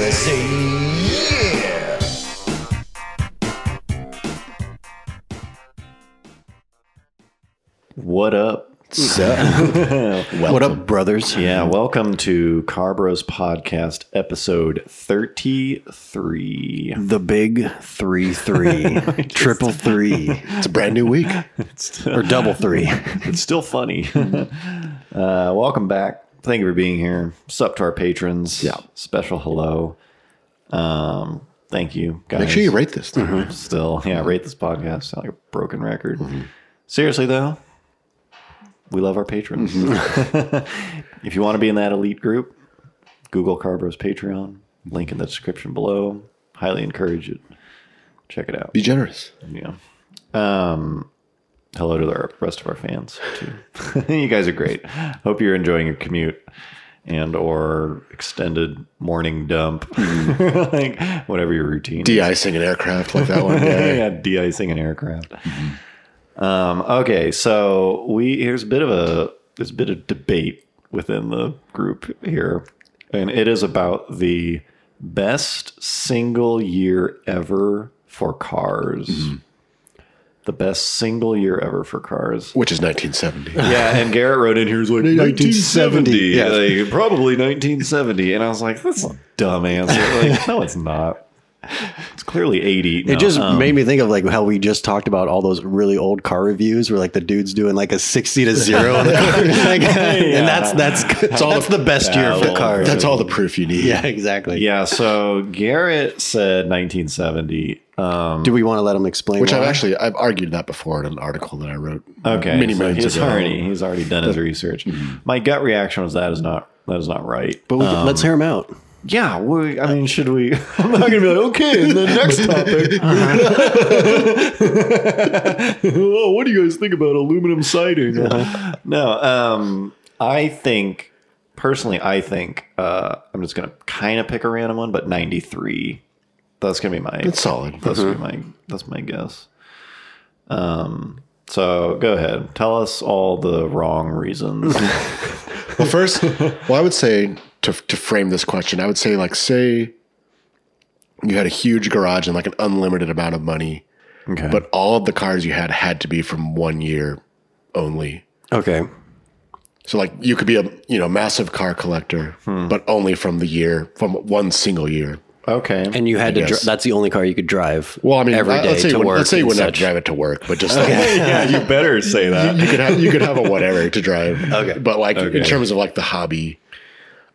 USA. Yeah! What up? So, What up, brothers? yeah, welcome to Carbros Podcast, episode 33. The big three three, triple three, It's a brand new week. It's, or double three. it's still funny. uh, welcome back. Thank you for being here. Sup to our patrons. Yeah. Special hello. Um, thank you, guys. Make sure you rate this. thing. Mm-hmm. Still, yeah, rate this podcast. Sound like a broken record. Mm-hmm. Seriously, though, we love our patrons. Mm-hmm. if you want to be in that elite group, Google Carbros Patreon. Link in the description below. Highly encourage it. Check it out. Be generous. Yeah. Um, hello to the rest of our fans too. you guys are great. Hope you're enjoying your commute and or extended morning dump, Mm-hmm. like whatever your routine. is De-icing an aircraft like that one day. yeah, de-icing an aircraft. Um, okay, so we here's a bit of a there's a bit of debate within the group here, and it is about the best single year ever for cars. The best single year ever for cars. Which is 1970. Yeah, and Garrett wrote in here was like 1970, Yeah. like, probably 1970, and I was like, that's a dumb answer. Like, no, it's not. It's clearly 80. No, It just um, made me think of like how we just talked about all those really old car reviews where like the dude's doing like a sixty to zero, on the car. Like, and that's that's that's, all the best year Yeah, for cars. That's all the proof you need. yeah, exactly. Yeah, so Garrett said 1970. Um, Do we want to let him explain? Which I've why? actually I've argued that before in an article that I wrote. uh, okay, many so moons he's ago. already he's already done his research. My gut reaction was that is not that is not right. But we, can let's hear him out. yeah, we, I mean, should we? I'm not gonna be like okay, and then next topic. oh, what do you guys think about aluminum siding? no, um, I think personally, I think uh, I'm just gonna kind of pick a random one, but 93. That's gonna be my It's solid. That's mm-hmm. gonna be my that's my guess. Um. So go ahead, tell us all the wrong reasons. Well, first, well, I would say to to frame this question, I would say like say you had a huge garage and like an unlimited amount of money, okay. but all of the cars you had had to be from one year only. Okay. So like you could be a you know massive car collector, Hmm. but only from the year from one single year. okay. And you had to. Dri- guess. that's the only car you could drive. Well, I mean, every I- day let's say to you would- work. let's say you and wouldn't have such. to drive it to work, but just like yeah, you better say that. you could have you could have a whatever to drive. Okay, but like Okay. in terms of like the hobby,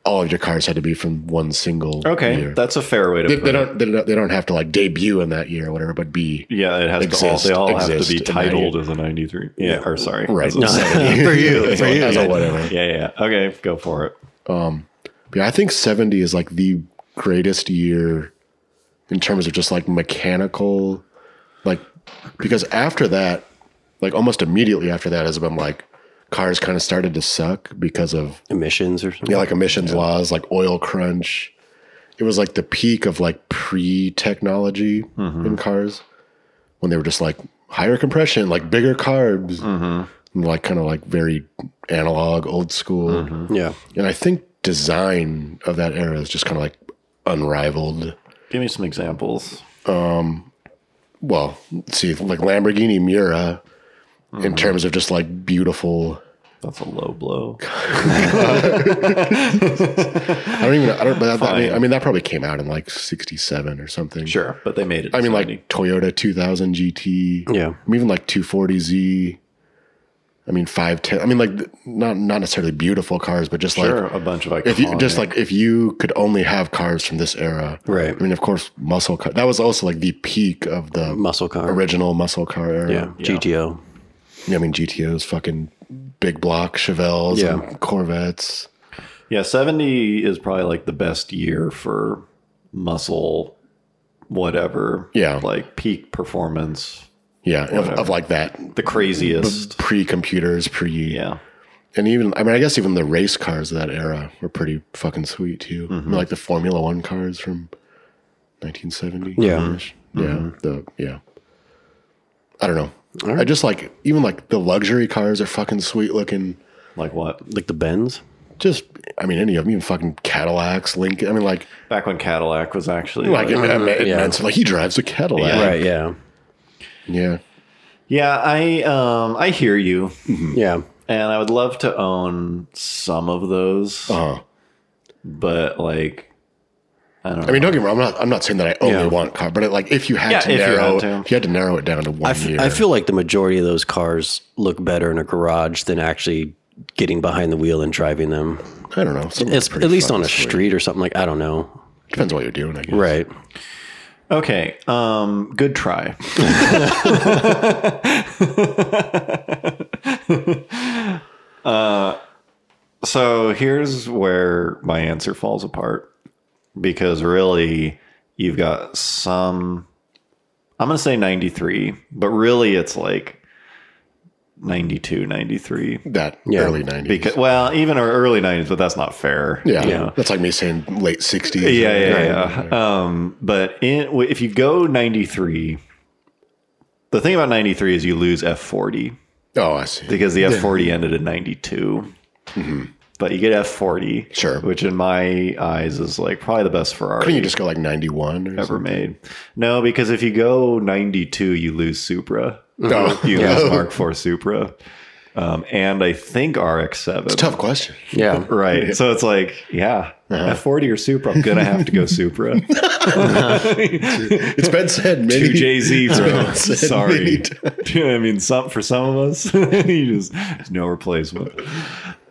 all of your cars had to be from one single. Okay, year. that's a fair way to they, put they it. don't they don't they don't have to like debut in that year or whatever, but be Yeah, it has exist- to all. They all have to be exist in that titled year. as a '93. Yeah, or sorry, right as a 70. for you for you. as a whatever. yeah, yeah. Okay, go for it. But yeah, I think seventy is like the greatest year in terms of just like mechanical, like because after that, like almost immediately after that has been like cars kind of started to suck because of emissions or something. yeah like emissions laws, like oil crunch. It was like the peak of like pre technology in cars when they were just like higher compression, like bigger carbs, and, like kind of like very analog, old school. Yeah. And I think design of that era is just kind of like unrivaled. Give me some examples. Well, see, like Lamborghini Mura in terms of just like beautiful. That's a low blow. I don't even, I don't, but that, I, mean, Fine. I mean, that probably came out in like 67 or something. Sure, but they made it. I mean, 70. like Toyota 2000 GT. Yeah. I mean, even like 240Z. I mean, 510. I mean, like th- not, not necessarily beautiful cars, but just like sure, a bunch of iconic. if you just like if you could only have cars from this era Right. i mean of course muscle car that was also like the peak of the Muscle car. original muscle car era Yeah. GTO. i mean gtos fucking big block chevelles Yeah. and corvettes Yeah, 70 is probably like the best year for muscle, whatever. Yeah. Like peak performance, yeah of, of like that the craziest. pre-computers pre yeah. and even i mean i guess even the race cars of that era were pretty fucking sweet too I Mm-hmm. mean, like the formula one cars from 1970 Yeah. Mm-hmm. -ish. yeah the yeah i don't know i just like even like the luxury cars are fucking sweet looking Like what? Like the Benz. just I mean any of them, even fucking Cadillacs, Lincoln. I mean like Back when Cadillac was actually like it, it, meant- it Yeah. meant so, like he drives a Cadillac. Yeah. Right. Yeah. Yeah. yeah, I um I hear you, Yeah. and I would love to own some of those, Uh-huh. but like I don't. know. I mean, don't get me wrong. I'm not. I'm not saying that I only Yeah. want car, but it, like if you had Yeah, to if you had narrow, to. if you had to narrow it down to one I, f- year. I feel like the majority of those cars look better in a garage than actually getting behind the wheel and driving them. I don't know. some of It's pretty at least fucking on a sweet. street or something like I don't know. Depends what you're doing, I guess. Right. Okay. Um. Good try. uh, so here's where my answer falls apart because really you've got some. I'm gonna say 93, but really it's like 92, 93. That Yeah. early '90s. Because well, even our early 90s, but that's not fair. yeah, you know? that's like me saying late '60s. yeah, yeah, yeah. Um, but in, w- if you go 93, the thing about 93 is you lose F40 Oh, I see. because the F40 ended in 92. But you get F40, Mm-hmm. Sure. which in my eyes is like probably the best Ferrari Couldn't you just go like '91 or ever something? made. No, because if you go 92, you lose Supra. No. You Yeah. lose Mark IV Supra. Um, and I think RX7. Tough question. Yeah. Right. So it's like, yeah, F40 or Supra, I'm going to have to go Supra. It's been said many. two Jay Z throws. Said Sorry, many you know what I mean, some for some of us, you just there's no replacement.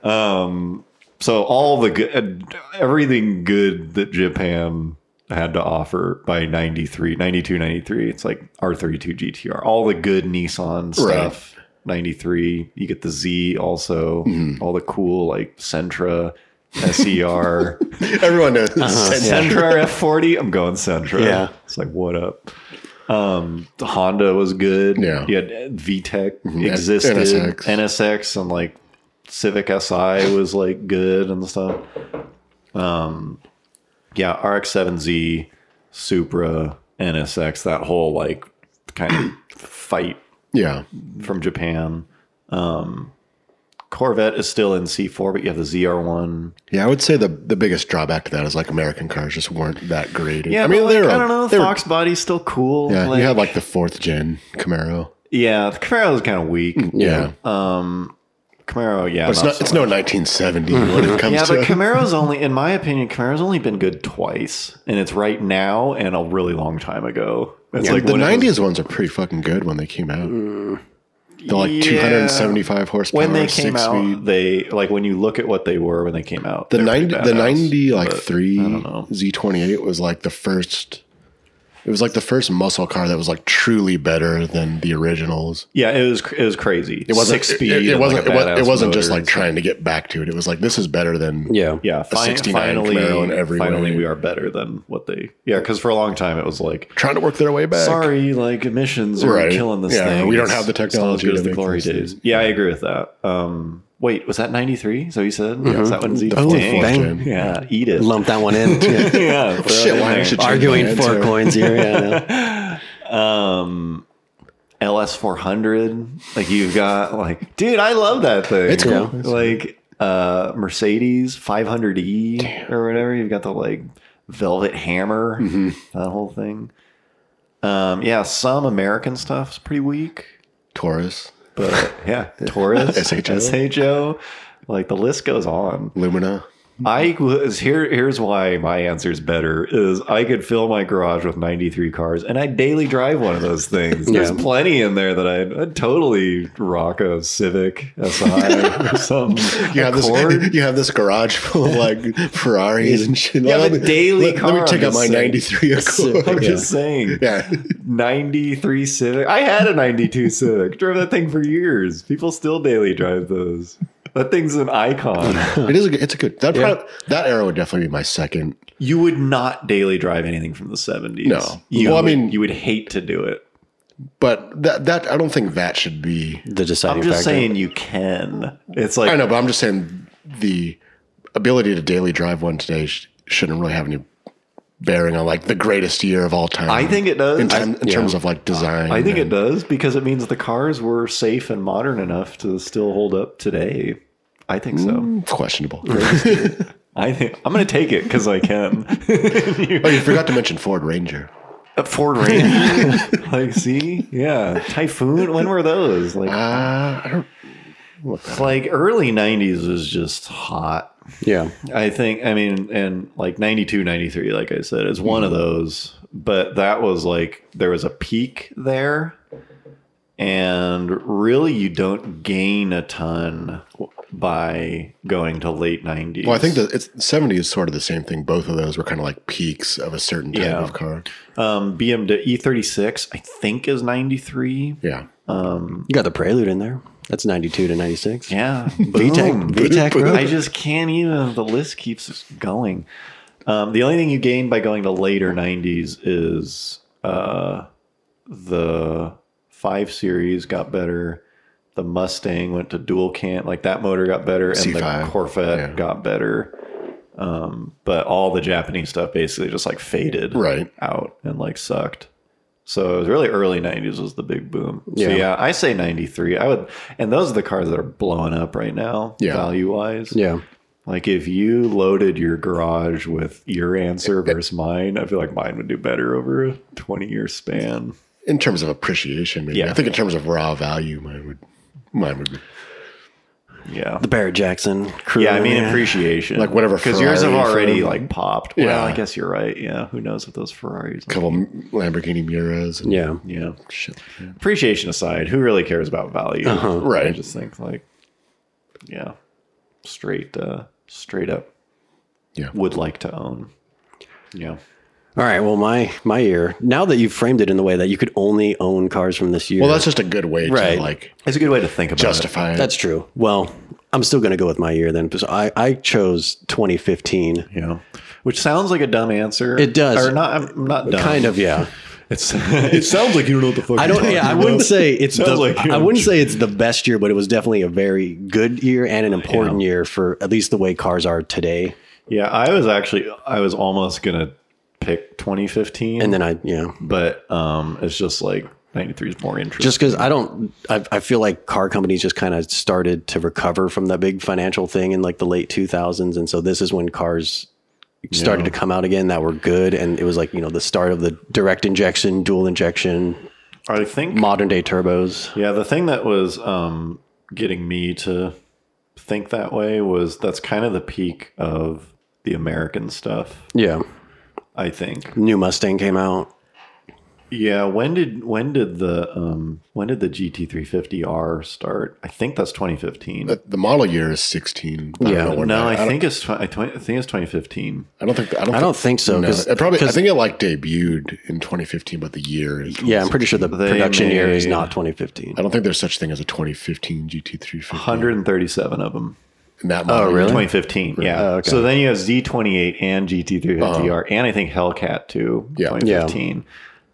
Um, so all the good, uh, everything good that Japan had to offer by 93, 92, 93, it's like R32 GTR, all the good Nissan stuff. 93, you get the Z also, all the cool like Sentra, E SER. Everyone knows. Uh-huh. Uh, Said- Sentra F40. I'm going Sentra. Yeah. It's like, what up? Um, the Honda was good. Yeah. Mm-hmm. You had VTEC N- existed. NSX. NSX. and like Civic SI was like good and stuff. Um, yeah. RX7Z, Supra, NSX, that whole like kind of fight Yeah. from Japan. Um, Corvette is still in C4, but you have the ZR1. Yeah, I would say the the biggest drawback to that is like American cars just weren't that great. Yeah, I mean, but, like, they're I don't know. they're- Fox body's still cool. Yeah, like- you had like the fourth gen Camaro. Yeah, the Camaro was kind of weak. Yeah, Oh, Camaro, yeah, Mm, but it's not not so much. it's no 1970 when it comes Mm-hmm. Yeah, to. but Camaro's only, in my opinion, Camaro's only been good twice, and it's right now and a really long time ago. It's like the when it was- 90s ones are pretty fucking good when they came out. They're like Mm. Yeah. 275 horsepower, when they came six out. speed. They like when you look at what they were when they came out. The they're pretty 90, the badass. 90 like but three know. Z28 was like the first. It was like the first muscle car that was like truly better than the originals. Yeah, it was it was crazy. It wasn't six speed. It, it and, wasn't. like, a it, wa- it badass wasn't just motor. like trying to get back to it. It was like this is better than Yeah. Yeah, fin- 69 finally, Camaro in every finally, way. we are better than what they. Yeah, because for a long time it was like trying to work their way back. sorry, like emissions are Right. killing this Yeah, thing. we don't It's- have the it's not as technology good to as the make glory these things. days. Yeah, I agree with that. Um, wait, was that ninety three? So you said Mm-hmm. is that when Z? The fourth Dang. bang. gen. Yeah, eat it. Lump that one in. Yeah. yeah, throw it Shit, in why I there. should change my Arguing four answer. coins here. Yeah. no. um, LS four hundred. Like you've got like, dude, I love that thing. It's cool. Yeah. Like uh, Mercedes five hundred E or whatever. You've got the like velvet hammer, Mm-hmm. that whole thing. Um, yeah, some American stuff's pretty weak. Taurus, But yeah, Taurus, SHO. SHO, like the list goes on. Lumina. I was here. Here's why my answer is better: is I could fill my garage with 93 cars, and I daily drive one of those things. There's Yeah. plenty in there that I'd, I'd totally rock a Civic Si or something. You have this. You have this garage full of like Ferraris and shit. Yeah, Let but me- daily let, car, Let me I'm take out just my saying. '93 I'm Accord. just saying. Yeah, 93 Civic. I had a 92 Civic. Drove that thing for years. People still daily drive those. That thing's an icon. it is. A, good- it's a good. That prob- that era would definitely be my second. You would not daily drive anything from the 70s. No. You Well, I would, mean- you would hate to do it. But that that I don't think that should be. The I'm deciding just factor. saying you can. It's like I know, but I'm just saying the ability to daily drive one today sh- shouldn't really have any bearing on like the greatest year of all time. I think it does. in, time, in terms of like design. I think it and- does because it means the cars were safe and modern enough to still hold up today. I think so. It's questionable. I think I'm going to take it because I can. oh, you forgot to mention Ford Ranger. A Ford Ranger, like see, yeah, Typhoon. When were those? Like, Uh, I don't. like early '90s was just hot. Yeah. I think, I mean, and like 92, 93, like I said, is one of Mm-hmm. those, but that was like there was a peak there. And really, you don't gain a ton by going to late 90s. Well, I think that it's seventy is sort of the same thing. Both of those were kind of like peaks of a certain type Yeah. of car. um, BMW E36, I think, is 93. Yeah. You got the prelude in there. That's 92 to 96. Yeah. VTEC, boom. VTEC, I bro. just can't even. The list keeps going. Um, the only thing you gain by going to later 90s is uh, the 5 Series got better. The Mustang went to dual cam. Like that motor got better. And the C5, Corvette yeah. got better. Um, but all the Japanese stuff basically just like faded Right. out and like sucked. So it was really early '90s was the big boom. So Yeah. yeah, I say '93. I would, and those are the cars that are blowing up right now, Yeah. value wise. Yeah. Like if you loaded your garage with your answer versus mine, I feel like mine would do better over a 20 year span. In terms of appreciation, maybe Yeah. I think in terms of raw value, mine would mine would be Yeah. The Barrett Jackson crew. Yeah, I mean appreciation, Like whatever because yours have Ferrari already firm- like popped. Well, Yeah. I guess you're right. Yeah, who knows what those Ferraris? a couple Lamborghini Muras. And Yeah. Yeah, Shit. like that. appreciation aside, who really cares about value? Uh-huh. Right. I just think like, yeah, straight, uh, straight up, Yeah. would like to own. Yeah, All right. Well, my my year. Now that you've framed it in the way that you could only own cars from this year. Well, that's just a good way Right. to like it's a good way to think about justify it. that's true. Well, I'm still going to go with my year then. So I I chose 2015. it. Yeah, which sounds like a dumb answer. It does. or not? I'm not dumb. Kind of, yeah. It's it sounds like you don't know what the fuck. I don't. Yeah, I wouldn't say it's the. Sounds like I wouldn't say it's the best year, but it was definitely a very good year and an important year for at least the way cars are today. yeah. I was actually I was almost gonna pick 2015, And then I, you know, but um, it's just like 93 is more interesting. just because I don't, I, I feel like car companies just kind of started to recover from that big financial thing in like the late 2000s, and so this is when cars started to come out again that were good, and it was like you know the start of the direct injection, dual injection, I think modern day turbos. Yeah, the thing that was um, getting me to think that way was that's kind of the peak of the American stuff, Yeah, I think. new Mustang came out. Yeah, when did when did the um, when did the GT350R start? I think that's 2015. The, the model year is sixteen. I Yeah, don't know when no, that- I don't- think it's tw- I, tw- I think it's 2015. I don't think. I don't. I don't think so no, because it probably. I think it like debuted in 2015, but the year is. Yeah, I'm pretty sure the They production year is made- not 2015. I don't think there's such thing as a 2015 GT350. 137 of them. In that model, year. really? 2015. Yeah. Oh, So then you have Z28 and GT350R, and I think Hellcat too. Uh-huh. Yeah. 2015.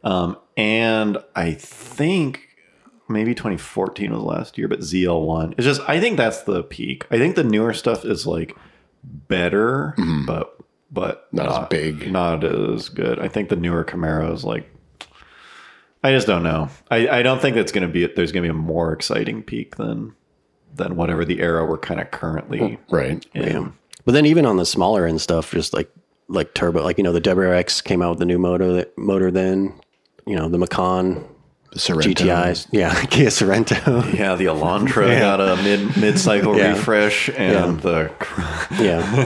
Um, and I think maybe 2014 was last year, but ZL1. It's just I think that's the peak. I think the newer stuff is like better, but but Mm-hmm. Not as big. not as good. I think the newer Camaro is like. I just don't know. I, I don't think that's going to be. There's going to be a more exciting peak than than whatever the era we're kind of currently right? yeah. But then even on the smaller end stuff, just like like turbo, like you know the WRX came out with the new motor that, motor then, you know the Macan The Sorrento. GTIs, yeah, Kia Sorento, Yeah, the Elantra got a mid mid cycle Yeah. Oh, refresh, and the yeah,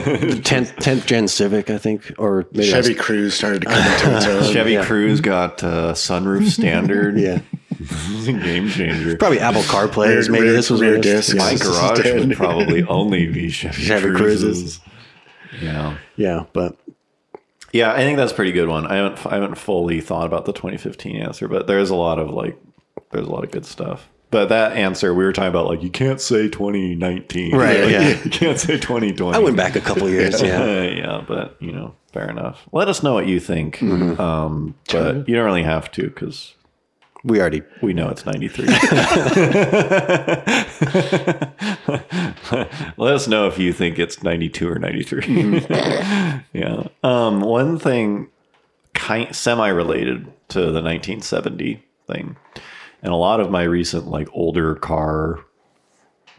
the tenth tenth gen Civic, I think, or maybe Chevy Cruze started to come into its own. Chevy Cruze got uh, sunroof standard. that's- yeah, game changer. probably Apple CarPlay. Rear- is- maybe rear- this was rear one of those- disc. Yeah. My This is garage would standard. probably only be Chevy, Chevy Cruzes. Yeah, yeah, but yeah, I think that's a pretty good one. I haven't I haven't fully thought about the 2015 answer, but there's a lot of like there's a lot of good stuff. But that answer we were talking about, like you can't say 2019, Right, Like, yeah. you can't say 2020. I went back a couple years. Yeah, yeah. yeah, but you know, fair enough. Let us know what you think. Mm-hmm. Um, but you don't really have to because we already. we know it's 93. Let us know if you think it's 92 or 93. yeah. Um, one thing kind semi related to the 1970 thing. And a lot of my recent like older car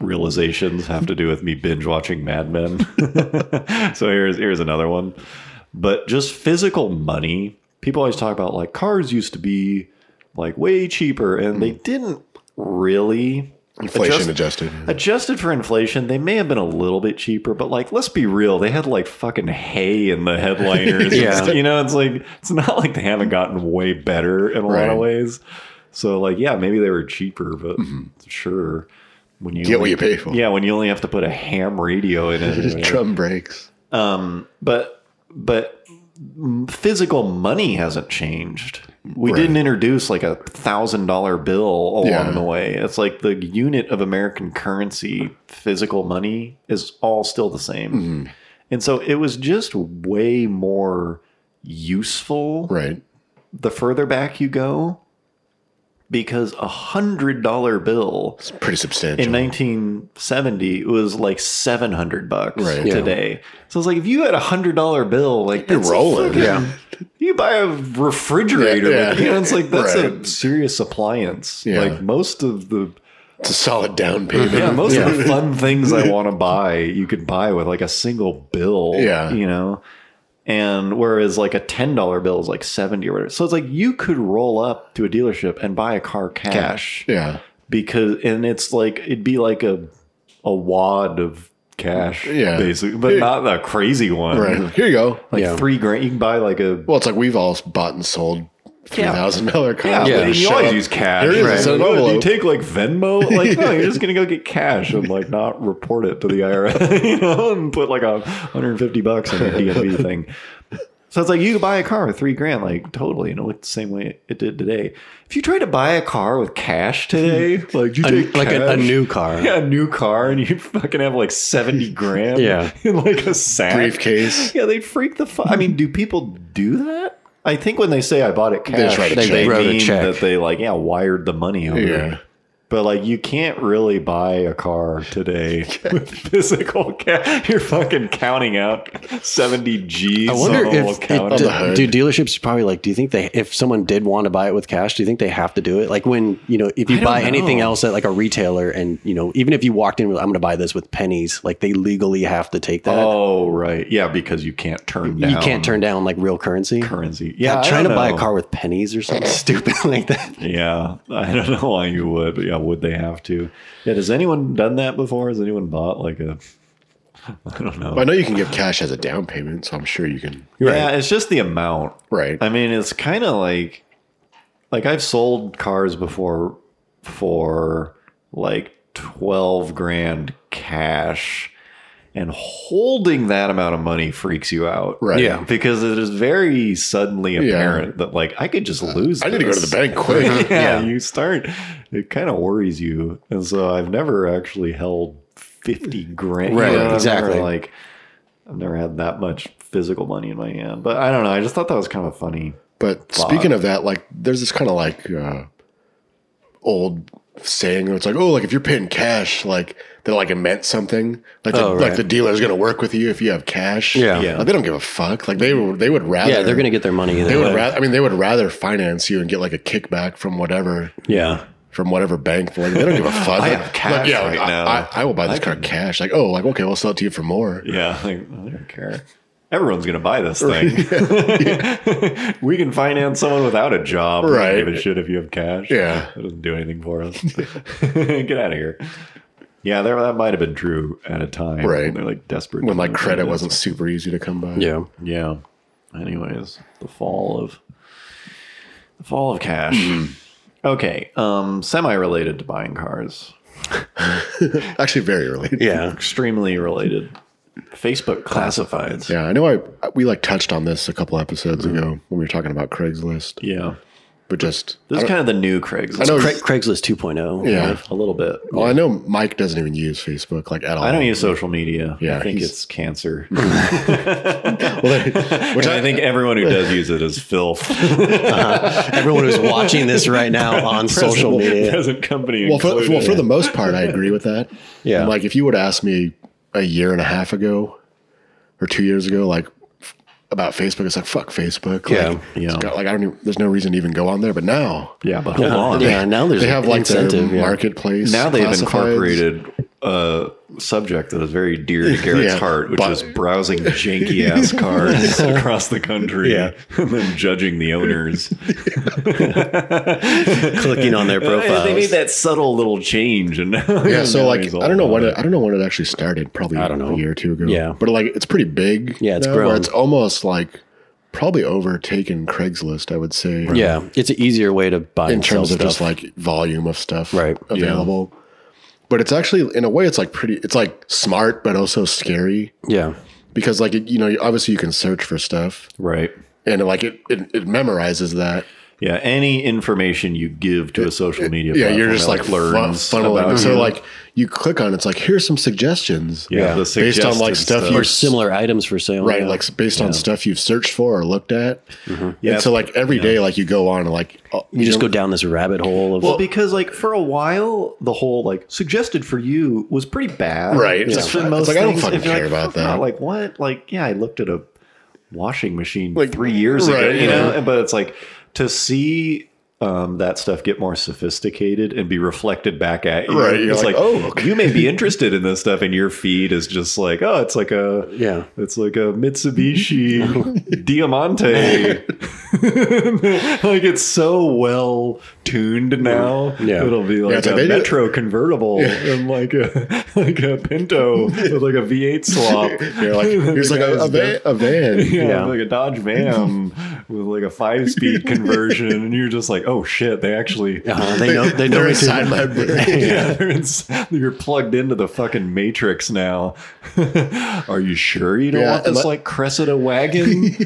realizations have to do with me binge watching Mad Men. so here's here's another one. But just physical money. People always talk about like cars used to be like way cheaper and they didn't really Inflation adjust- adjusted. Adjusted for inflation, they may have been a little bit cheaper, but like, let's be real, they had like fucking hay in the headliners. Yeah. You know, it's like, it's not like they haven't gotten way better in a lot Right. of ways. So, like, yeah, maybe they were cheaper, but sure. When you Mm-hmm. Get what only- you pay for. Yeah, when you only have to put a ham radio in it. Drum breaks. um, but, but physical money hasn't changed. We didn't introduce like a thousand dollar bill along Yeah. the way. It's like the unit of American currency, physical money, is all still the same. Mm-hmm. And so it was just way more useful Right. the further back you go because a hundred dollar bill It's pretty substantial. in 1970 it was like 700 bucks Right. Yeah. today so it's like if you had a hundred dollar bill like You're that's a rolling. fucking- Yeah. you buy a refrigerator Yeah, with yeah. it. You know, it's like that's a Right. serious appliance Yeah. like most of the it's a solid down payment. yeah, most of the fun things I want to buy, you could buy with like a single bill. Yeah. You know? And whereas like a ten dollar bill is like seventy or whatever. So it's like you could roll up to a dealership and buy a car cash, yeah. because and it's like it'd be like a a wad of cash. Yeah. Basically. But not a crazy one. Right. Here you go. Like Yeah. three grand you can buy like a Well, it's like we've all bought and sold three thousand dollar Yeah, cars. but They just you show always up. use cash. Here it is. It's an Like, oh, do you envelope. take like Venmo? Like, no, you're just gonna go get cash and like not report it to the IRS, you know, and put like a 150 bucks on your DMV thing. So it's like you could buy a car with three grand, like totally, and it looked the same way it did today. If you tried to buy a car with cash today, like do you A- take like a, a cash? new car. Yeah, a new car, and you fucking have like seventy grand, Yeah. in like a sack briefcase. yeah, they'd freak the fuck. I mean, do people do that? I think when they say I bought it cash, just write a check. They wrote a mean check. that they like yeah wired the money over. Yeah. But like you can't really buy a car today with physical cash. You're fucking counting out seventy G's. I wonder on a little if counter. the hood. it, do, do dealerships probably like. Do you think they if someone did want to buy it with cash, do you think they have to do it? Like when you know if I you don't buy anything know. else at like a retailer, and you know even if you walked in, with, I'm going to buy this with pennies. Like they legally have to take that. oh right, yeah, because you can't turn down. you can't turn down like real currency. currency. Yeah, Yeah, I trying to don't buy a know. car with pennies or something stupid like that. Yeah, I don't know why you would, but yeah, would they have to? Yeah, has anyone done that before? Has anyone bought like a? I don't know. I know you can give cash as a down payment, so I'm sure you can. Yeah, it's just the amount. Right. I mean, it's kind of like like I've sold cars before for like 12 grand cash and holding that amount of money freaks you out. Right. Yeah. Because it is very suddenly apparent that like I could just lose I need to go to this. the bank quick. Yeah, Yeah. you start it kind of worries you. And so I've never actually held 50 grand. Right, You know, I've exactly. never, like I've never had that much physical money in my hand. But I don't know, I just thought that was kind of funny. But speaking of that, like there's this kind of like uh, old saying where it's like, oh, like if you're paying cash, like that like it meant something. Like the, Oh, right. like the dealer's gonna work with you if you have cash. Yeah. Yeah. Like, they don't give a fuck. Like they would- they would rather. Yeah, they're going to get their money. They Either would way. rather. I mean, they would rather finance you and get like a kickback from whatever Yeah, from whatever bank. Like they don't give a fuck. I Like, have cash like, yeah, right I, now. I, I will buy this car cash. Like oh, like okay, we'll sell it to you for more. Yeah, like I don't care. Everyone's gonna buy this thing. we can finance someone without a job. We don't Right. Give a shit if you have cash. Yeah. That doesn't do anything for us. Get out of here. Yeah, there, that might have been true at a time. Right. When they're like desperate. When to like finance credit it. wasn't super easy to come by. yeah. Yeah. Anyways, the fall of the fall of cash. okay. Um, semi related to buying cars. Actually, very related. Yeah. Extremely related. Facebook classifieds. Yeah, I know. I we like touched on this a couple episodes ago when we were talking about Craigslist, Mm-hmm. Yeah. but just This I is don't- kind of the new Craigslist. I know. Cra- Craigslist oh. 2.0. yeah. a little bit. Well, I know Mike doesn't even use Facebook like at all. I don't use social media. Yeah, I think he's- it's cancer. Which I think everyone who does use it is filth. Everyone who's watching this right now on social media. Present company. well, for, included. well, for the most part, I agree with that. Yeah. And, like if you would ask me a year and a half ago or two years ago, like f- about Facebook, it's like fuck Facebook. Yeah. Like, Yeah. it's got- like I don't. Even, there's no reason to even go on there. But now yeah, but hold on. Yeah, now there's they have like their incentive. yeah. marketplace. Now they've classifieds. incorporated a uh, subject that is very dear to Garrett's Yeah. heart, which But- is browsing janky ass cars across the country Yeah. and then judging the owners. clicking on their profiles. They made that subtle little change, and Yeah, so like I don't know when it, I don't know when it actually started. Probably don't a know. year or two ago. Yeah. but like it's pretty big. Yeah, it's now, where grown. It's almost like probably overtaken Craigslist. I would say. yeah, it's an easier way to buy in and sell terms of stuff. just like volume of stuff Right. available. But it's actually in a way it's like pretty. It's like smart but also scary yeah, because like it, you know obviously you can search for stuff right. and like it it, it memorizes that. Yeah, any information you give to a social media, Yeah, you're platform, just it, like, fun- learns funneling. about So you. like you click on it, it's like here's some suggestions. yeah, yeah, the based on, like, suggested stuff you or similar items for sale. right yeah. like s- based on stuff you've searched for or looked at yeah Yeah. and so like every day, like you go on and like uh, you just go down this rabbit hole of Well, because like for a while, the whole like suggested for you was pretty bad, Right. Just Yeah. for It's most like, I don't things. fucking If you're care about "Fuck no," that. Like what? Like yeah, I looked at a washing machine Like, three years ago, right, you yeah. know. And- But it's like to see. Um, that stuff get more sophisticated and be reflected back at you. Right, you're it's like, like, "Oh, okay." you may be interested in this stuff, and your feed is just like, oh, it's like a Yeah. it's like a Mitsubishi Diamante. like it's so well tuned now. Yeah. It'll be like it's like a they do- Metro convertible and like a like a Pinto with like a V8 swap. you're like here's like a, a, van, a van Yeah, Yeah. like a Dodge Vam with like a five-speed conversion, and you're just like, "Oh shit!" They actually, Uh, they know they know they're me too. inside my brain yeah, they're ins- you're plugged into the fucking matrix now. Are you sure you don't Yeah, want this let- like Cressida wagon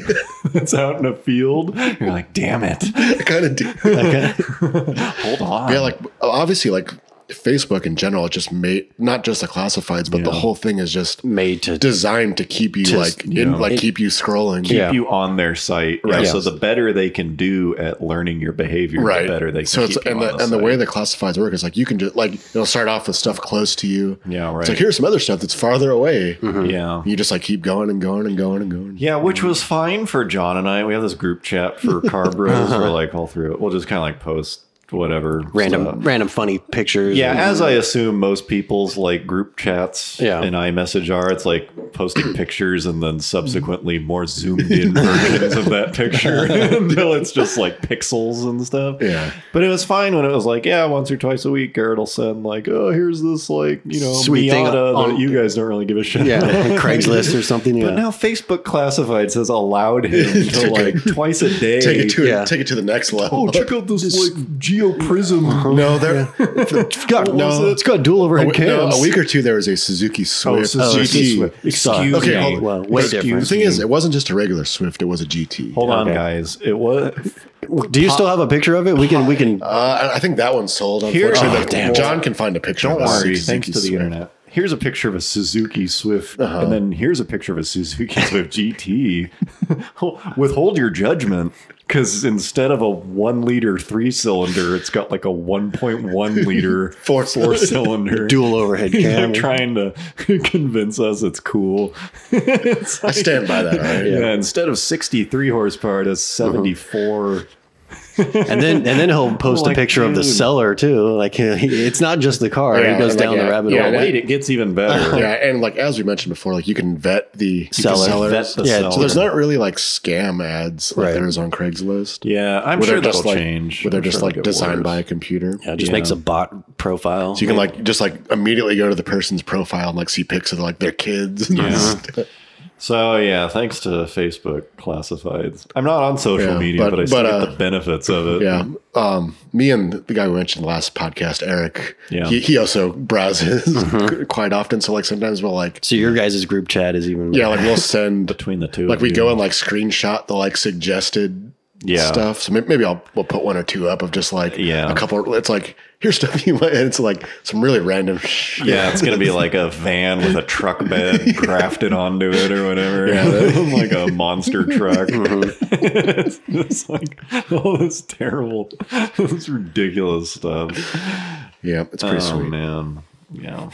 that's out in a field? You're like, damn it, kind of hold on. yeah like obviously like facebook in general just made not just the classifieds but the Yeah. whole thing is just Made to designed to keep you like in, yeah. like It- keep you scrolling keep Yeah. you on their site. Right. Yeah. So the better they can do at learning your behavior, right the better they can so it's keep you and on the, and the site. way the classifieds work is like you can just like it'll start off with stuff close to you Yeah, right. it's like here's some other stuff that's farther away Mm-hmm. yeah. you just like keep going and going and going and going Yeah, which was fine for John and I. We have this group chat for car bros. Uh-huh. We're like all through it. We'll just kind of like post whatever random stuff. random funny pictures. Yeah, and- as I assume most people's like group chats Yeah. and iMessage are, it's like posting pictures and then subsequently Mm-hmm. more zoomed in versions of that picture until it's just like pixels and stuff. Yeah. But it was fine when it was like, yeah, once or twice a week, Garrett will send like, oh, here's this like, you know, Sweet thing Miata on- that you guys don't really give a shit about. yeah, Craigslist or something. Yeah. But now Facebook Classifieds has allowed him to Take like it- twice a day. take it to Yeah. take it to the next level. oh, check out this like Geo Prism. no, there. It's got, What was it? it's got dual a, overhead week, no, a week or two there was a Suzuki Swift Oh, Suzuki GT. Swift. Excuse Okay, me. hold- Well, way Excuse The different. thing is, it wasn't just a regular Swift; it was a GT. Mm-hmm. Hold on, Okay. guys. It was Do you still have a picture of it? We can we can. Uh, I I think that one's sold. Here- Unfortunately, oh, But damn. John can find a picture. don't of a worry. Suzuki Thanks to the Swift. internet. Here's a picture of a Suzuki Swift, and then here's a picture of a Suzuki Swift GT. Withhold your judgment, because instead of a one liter three cylinder, it's got like a one point one liter Four four cylinder dual overhead You're cam. trying to convince us it's cool. It's I like- stand by that. all right? Yeah. instead of 63 horsepower to 74 Uh-huh. and then and then he'll post Like, a picture of the dude. seller too. Like it's not just the car; Yeah, he goes like, down yeah, the rabbit yeah, hole. that- wait it gets even better Yeah, and like as we mentioned before, like you can vet the Seller. sellers. Vet the Yeah, seller. so there's not really like scam ads like Right. there is on Craigslist. yeah i'm Where sure they're just that'll like change where they're I'm just sure like it'll get designed worse. by a computer. Yeah, just makes a bot profile. So you can like just like immediately go to the person's profile and like see pics of like their kids. And Yeah. stuff. so yeah thanks to facebook classifieds i'm not on social Yeah, media but- but, i still but, get uh, the benefits of it yeah. Um, me and the guy we mentioned last podcast, Eric. Yeah. Uh-huh. He, he also browses quite often. So like sometimes we'll like so your guys' group chat is even yeah like we'll send between the two like of we you. go and like screenshot the like suggested Yeah. stuff. So maybe, maybe I'll we'll put one or two up of just like Yeah. a couple. It's like here's stuff you might. And it's like some really random. shit. yeah, it's gonna be like a van with a truck bed grafted onto it or whatever, like a monster truck. Mm-hmm. it's just like all this terrible, this ridiculous stuff. Yeah, it's pretty oh sweet. man, yeah.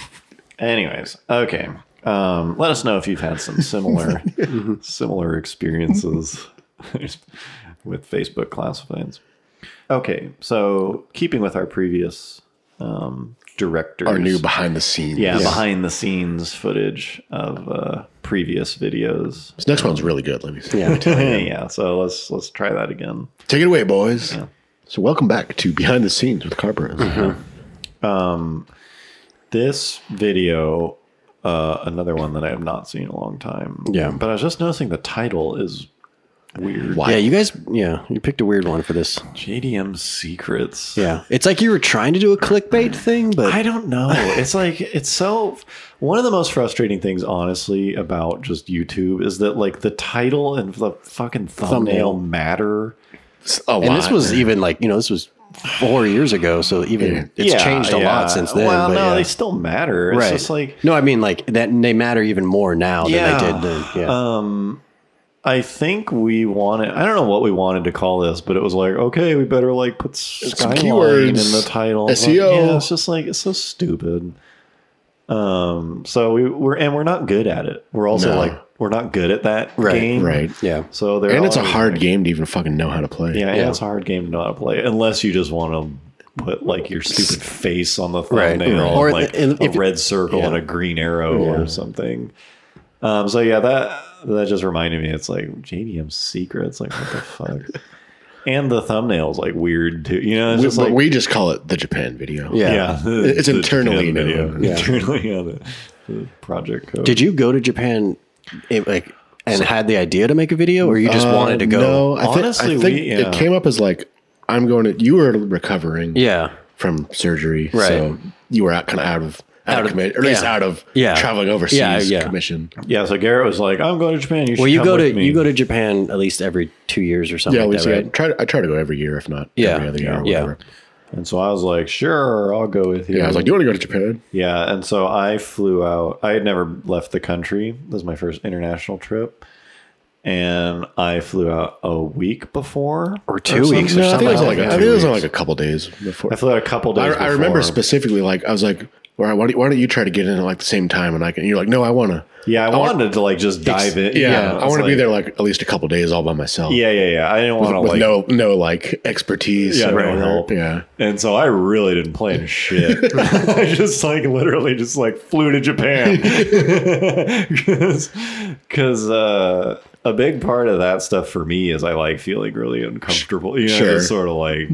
Anyways, okay. Um, let us know if you've had some similar similar experiences with Facebook classifieds. Okay, so keeping with our previous um, directors. Our new behind the scenes. yeah, behind the scenes footage of uh, previous videos. This next one's really good. Let me see. Yeah. yeah, so let's let's try that again. Take it away, boys. So welcome back to behind the scenes with Carper. Uh-huh. This video, uh, another one that I have not seen in a long time. Yeah. but I was just noticing the title is weird. Why? Yeah, you guys. Yeah, you picked a weird one for this. JDM secrets. Yeah, it's like you were trying to do a clickbait thing, but I don't know. It's like it's so one of the most frustrating things honestly about just YouTube is that like the title and the fucking thumbnail, Thumbnail. matter. A lot. and this was even like you know this was four years ago, so even it's Yeah, changed a yeah. lot since then. Well, but no, yeah. they still matter. It's just like no, I mean like that they matter even more now Yeah. than they did. Then. Yeah, Um, I think we wanted I don't know what we wanted to call this, but it was like, okay, we better like put Some skyline in keywords, E the title. Like, SEO. yeah, it's just like it's so stupid. Um so we, we're and we're not good at it. We're also No. like we're not good at that Right, game. right. yeah, So there And it's a are- hard game to even fucking know how to play. Yeah, Yeah. yeah, it's a hard game to know how to play unless you just want to put like your stupid face on the Right. thumbnail, Right. Or Or like the- and a if- red circle yeah. and a green arrow or something. Um, so yeah, that that just reminded me. It's like JDM secrets. Like what the fuck? And the thumbnail's like weird too. You know, it's We, just but like we just call it the Japan video. yeah. yeah, It's internally the video, known. Yeah. internally on the, the project code. Did you go to Japan, it, like, and had the idea to make a video, or you just Uh, wanted to go? No, I, thi- Honestly, I think we- yeah. it came up as like, I'm going to, you were recovering Yeah, from surgery. Right. So you were out, kind of out of, out, Out of of- commission, or at least yeah. out of Yeah. traveling overseas Yeah, yeah. commission. Yeah, so Garrett was like, "I'm going to Japan. You should well, you come go with to me." you go to Japan at least every two years or something. yeah, we like that, see, I, right? try to, I try to go every year, if not Yeah. every other year or Yeah. whatever. and so I was like, "Sure, I'll go with you." Yeah, I was like, do you want to go to Japan? Yeah, and so I flew out. I had never left the country. This was my first international trip. And I flew out a week before. Or two weeks or No, I something. think it was like like, that. I think it was like a couple days before. I flew out a couple days I, before. I remember specifically, like, I was like, all right, why don't, why don't you try to get in at like the same time? And I can, you're like, no, I want to. Yeah, I, wanted to like just dive in. Yeah, was I want to be like- there like at least a couple days all by myself. Yeah, yeah, yeah. I didn't want to with like. no no like expertise. Yeah, or no whatever. help. Yeah, And so I really didn't plan shit. I just like literally just like flew to Japan. Because uh, a big part of that stuff for me is I like feeling really uncomfortable. You know, Sure. it's sort of like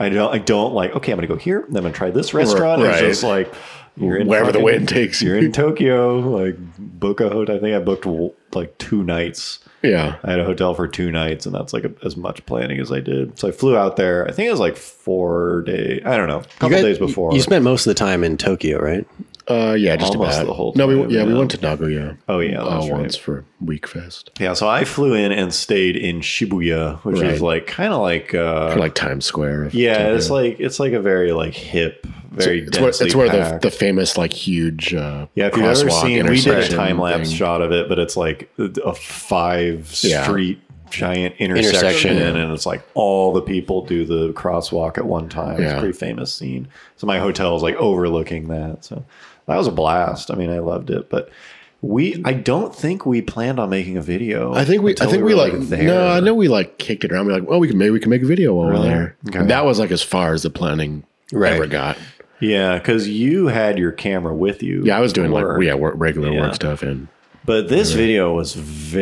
I don't I don't like okay, I'm gonna go here, then I'm gonna try this restaurant. Right. It's just like you're in wherever the fucking- wind takes You're you. in Tokyo, like book a hotel. I think I booked like two nights. Yeah, I had a hotel for two nights, and that's like a, as much planning as I did. So I flew out there. I think it was like four day. I don't know, a couple You guys- days before. You spent most of the time in Tokyo, right? uh, yeah, just Almost about the whole No, we time, yeah, we yeah. went to Nagoya. Oh, yeah, uh, that's right. once for Week Fest, yeah, so I flew in and stayed in Shibuya, which Right. is like kind of like uh, Or, like Times Square. of yeah, Tokyo. it's like it's like a very like hip, very it's where, it's densely where the, packed. the famous like huge uh, yeah, if you've ever crosswalk seen, we did a intersection time lapse thing. shot of it, but it's like a five Yeah. street giant intersection, Intersection, yeah. and it's like all the people do the crosswalk at one time. It's Yeah. a pretty famous scene. So my hotel is like overlooking that. So that was a blast. I mean, I loved it, but we I don't think we planned on making a video. I think we, I until think were, we like, no, I know we like kicked it around. We're like, well, we can maybe we can make a video while we're Really? there. Okay. That was like as far as the planning Right. ever got. Yeah, because you had your camera with you. Yeah, I was doing Work. like yeah, work, regular Yeah. work stuff and But this video was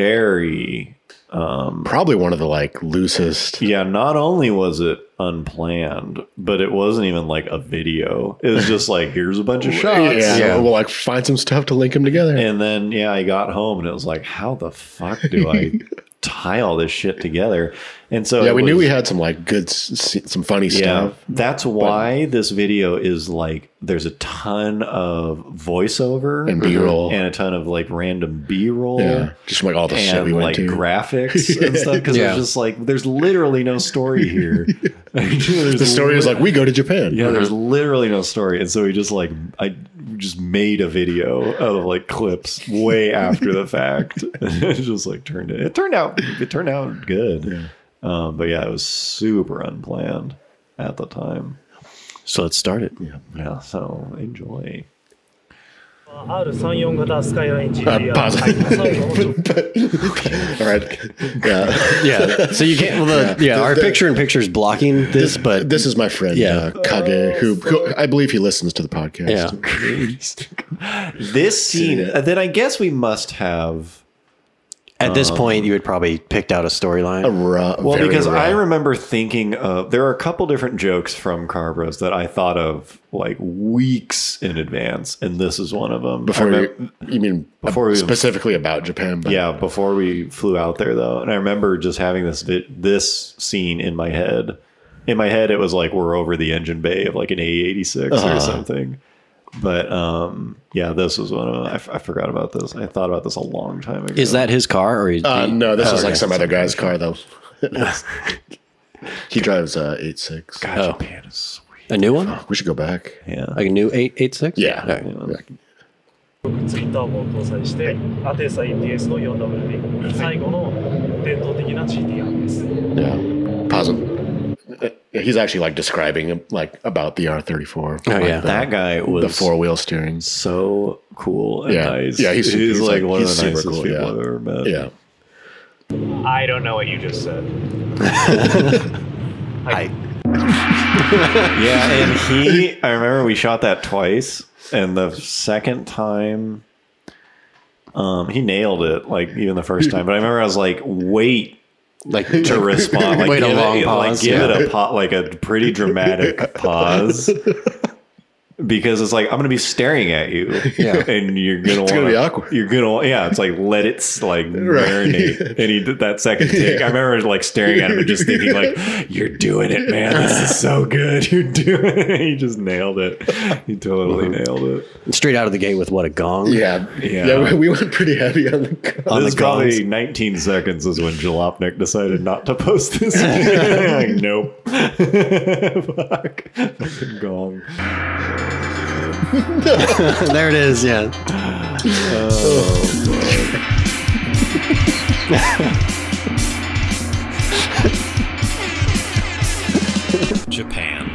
very probably one of the like loosest. Yeah, not only was it unplanned, but it wasn't even like a video. It was just like here's a bunch of shots. Yeah, Yeah. we'll like find some stuff to link them together. And then yeah, I got home and it was like, how the fuck do I tie all this shit together? And so yeah, it we knew was- we had some like good, s- s- some funny yeah, stuff. that's why this video is like there's a ton of voiceover And B-roll. and a ton of like random B roll. Yeah, just from, like all the shit and we went like to. graphics and stuff because Yeah. it's just like there's literally no story here. the story is like we go to Japan. Yeah, there's literally no story, and so we just like I just made a video out of like clips way after the fact. it just like turned it. It turned out. It turned out good. Um, but yeah, it was super unplanned at the time. So let's start it. Yeah. So enjoy. R34 型スカイライン GTR。 Positive. All right. Yeah. Yeah. So you can't. Well, the, yeah. The- our the- picture in picture is blocking this, but This is my friend, Yeah. uh, Kage, who, who I believe he listens to the podcast. yeah. This scene. uh, Yeah. Then I guess we must have. At this point, you had probably picked out a A storyline. raw, Well, very because I raw- remember thinking of there are a couple different jokes from Car Bros that I thought of like weeks in advance, and this is one of them. I before remem- you, you mean before we- specifically about Japan, but yeah, before we flew out there though, and I remember just having this vi- this scene in my head. In my head, it was like we're over the engine bay of like an A86 Uh-huh. or something. But um, yeah, this was one of I, f- I forgot about this. I thought about this a long time ago. Is that his car or? Is Uh, no, this is okay. like some other guy's car, though. he drives uh, eight six. God, Oh. Japan is sweet. a new one? We should go back. Yeah, Like a new eight eight six? Yeah. ツイッターも搭載して、アテーサ EPS の 4WD、最後の伝統的な GTR です。 Yeah. Positive. Uh, He's actually like describing like about the R thirty four. Oh yeah. that guy was The four wheel steering. so cool and Yeah. nice. Yeah, he's- he's, he's like, like- one he's of the super nicest cool, people yeah. I've ever met. Yeah. I don't know what you just said. I, Yeah, and he, I remember we shot that twice, and the second time, um, he nailed it. Like even the first time, but I remember I was like, wait Like to respond. Like, Wait a give long it, pause, Like, give yeah. it a pa- like a pretty dramatic pause. Because it's like I'm gonna be staring at you, Yeah. and you're gonna It's wanna- gonna be awkward. You're gonna, yeah. It's like let it s- like marinate, and he did that second take. I remember like staring at him and just thinking like, "You're doing it, man. This is so good. You're doing it." He just nailed it. He totally Uh-huh. nailed it. straight out of the gate with what a gong. Yeah. Yeah. Yeah. we, we went pretty heavy on the car. This is the probably 19 seconds is when Jalopnik decided not to post this. like, nope. Fuck. Fucking gong. there it is. Yeah. Japan.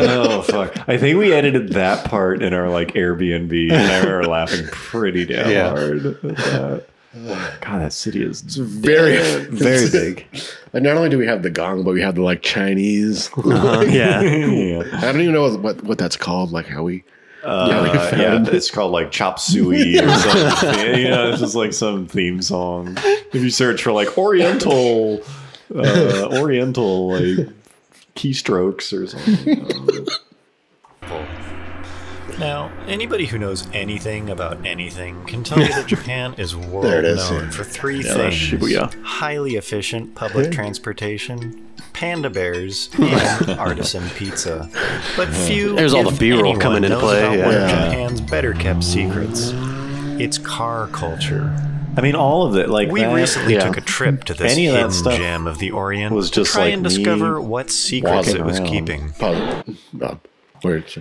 Oh fuck! I think we edited that part in our like Airbnb, and I remember laughing pretty damn Yeah. hard. At that. God, that city is Very, Very big. And not only do we have the gong, but we have the like Chinese. yeah. yeah. I don't even know what, what that's called. Like how we. Uh, yeah, it's called like chop suey or something. you know, it's just like some theme song. If you search for like Oriental, uh, Oriental like keystrokes or something. Now, anybody who knows anything about anything can tell you that Japan is world There it is, known yeah. for three that's things: Shibuya. highly efficient public transportation, panda bears, and artisan pizza. But few. There's all if the B-roll anyone coming into knows play, About one of yeah. Japan's better kept secrets. It's car culture. I mean, all of it. Like We that- recently yeah. took a trip to this Any of that hidden stuff gem of the Orient was to just try like and me discover what secrets walking it was around. keeping. Positive. Uh, where it's-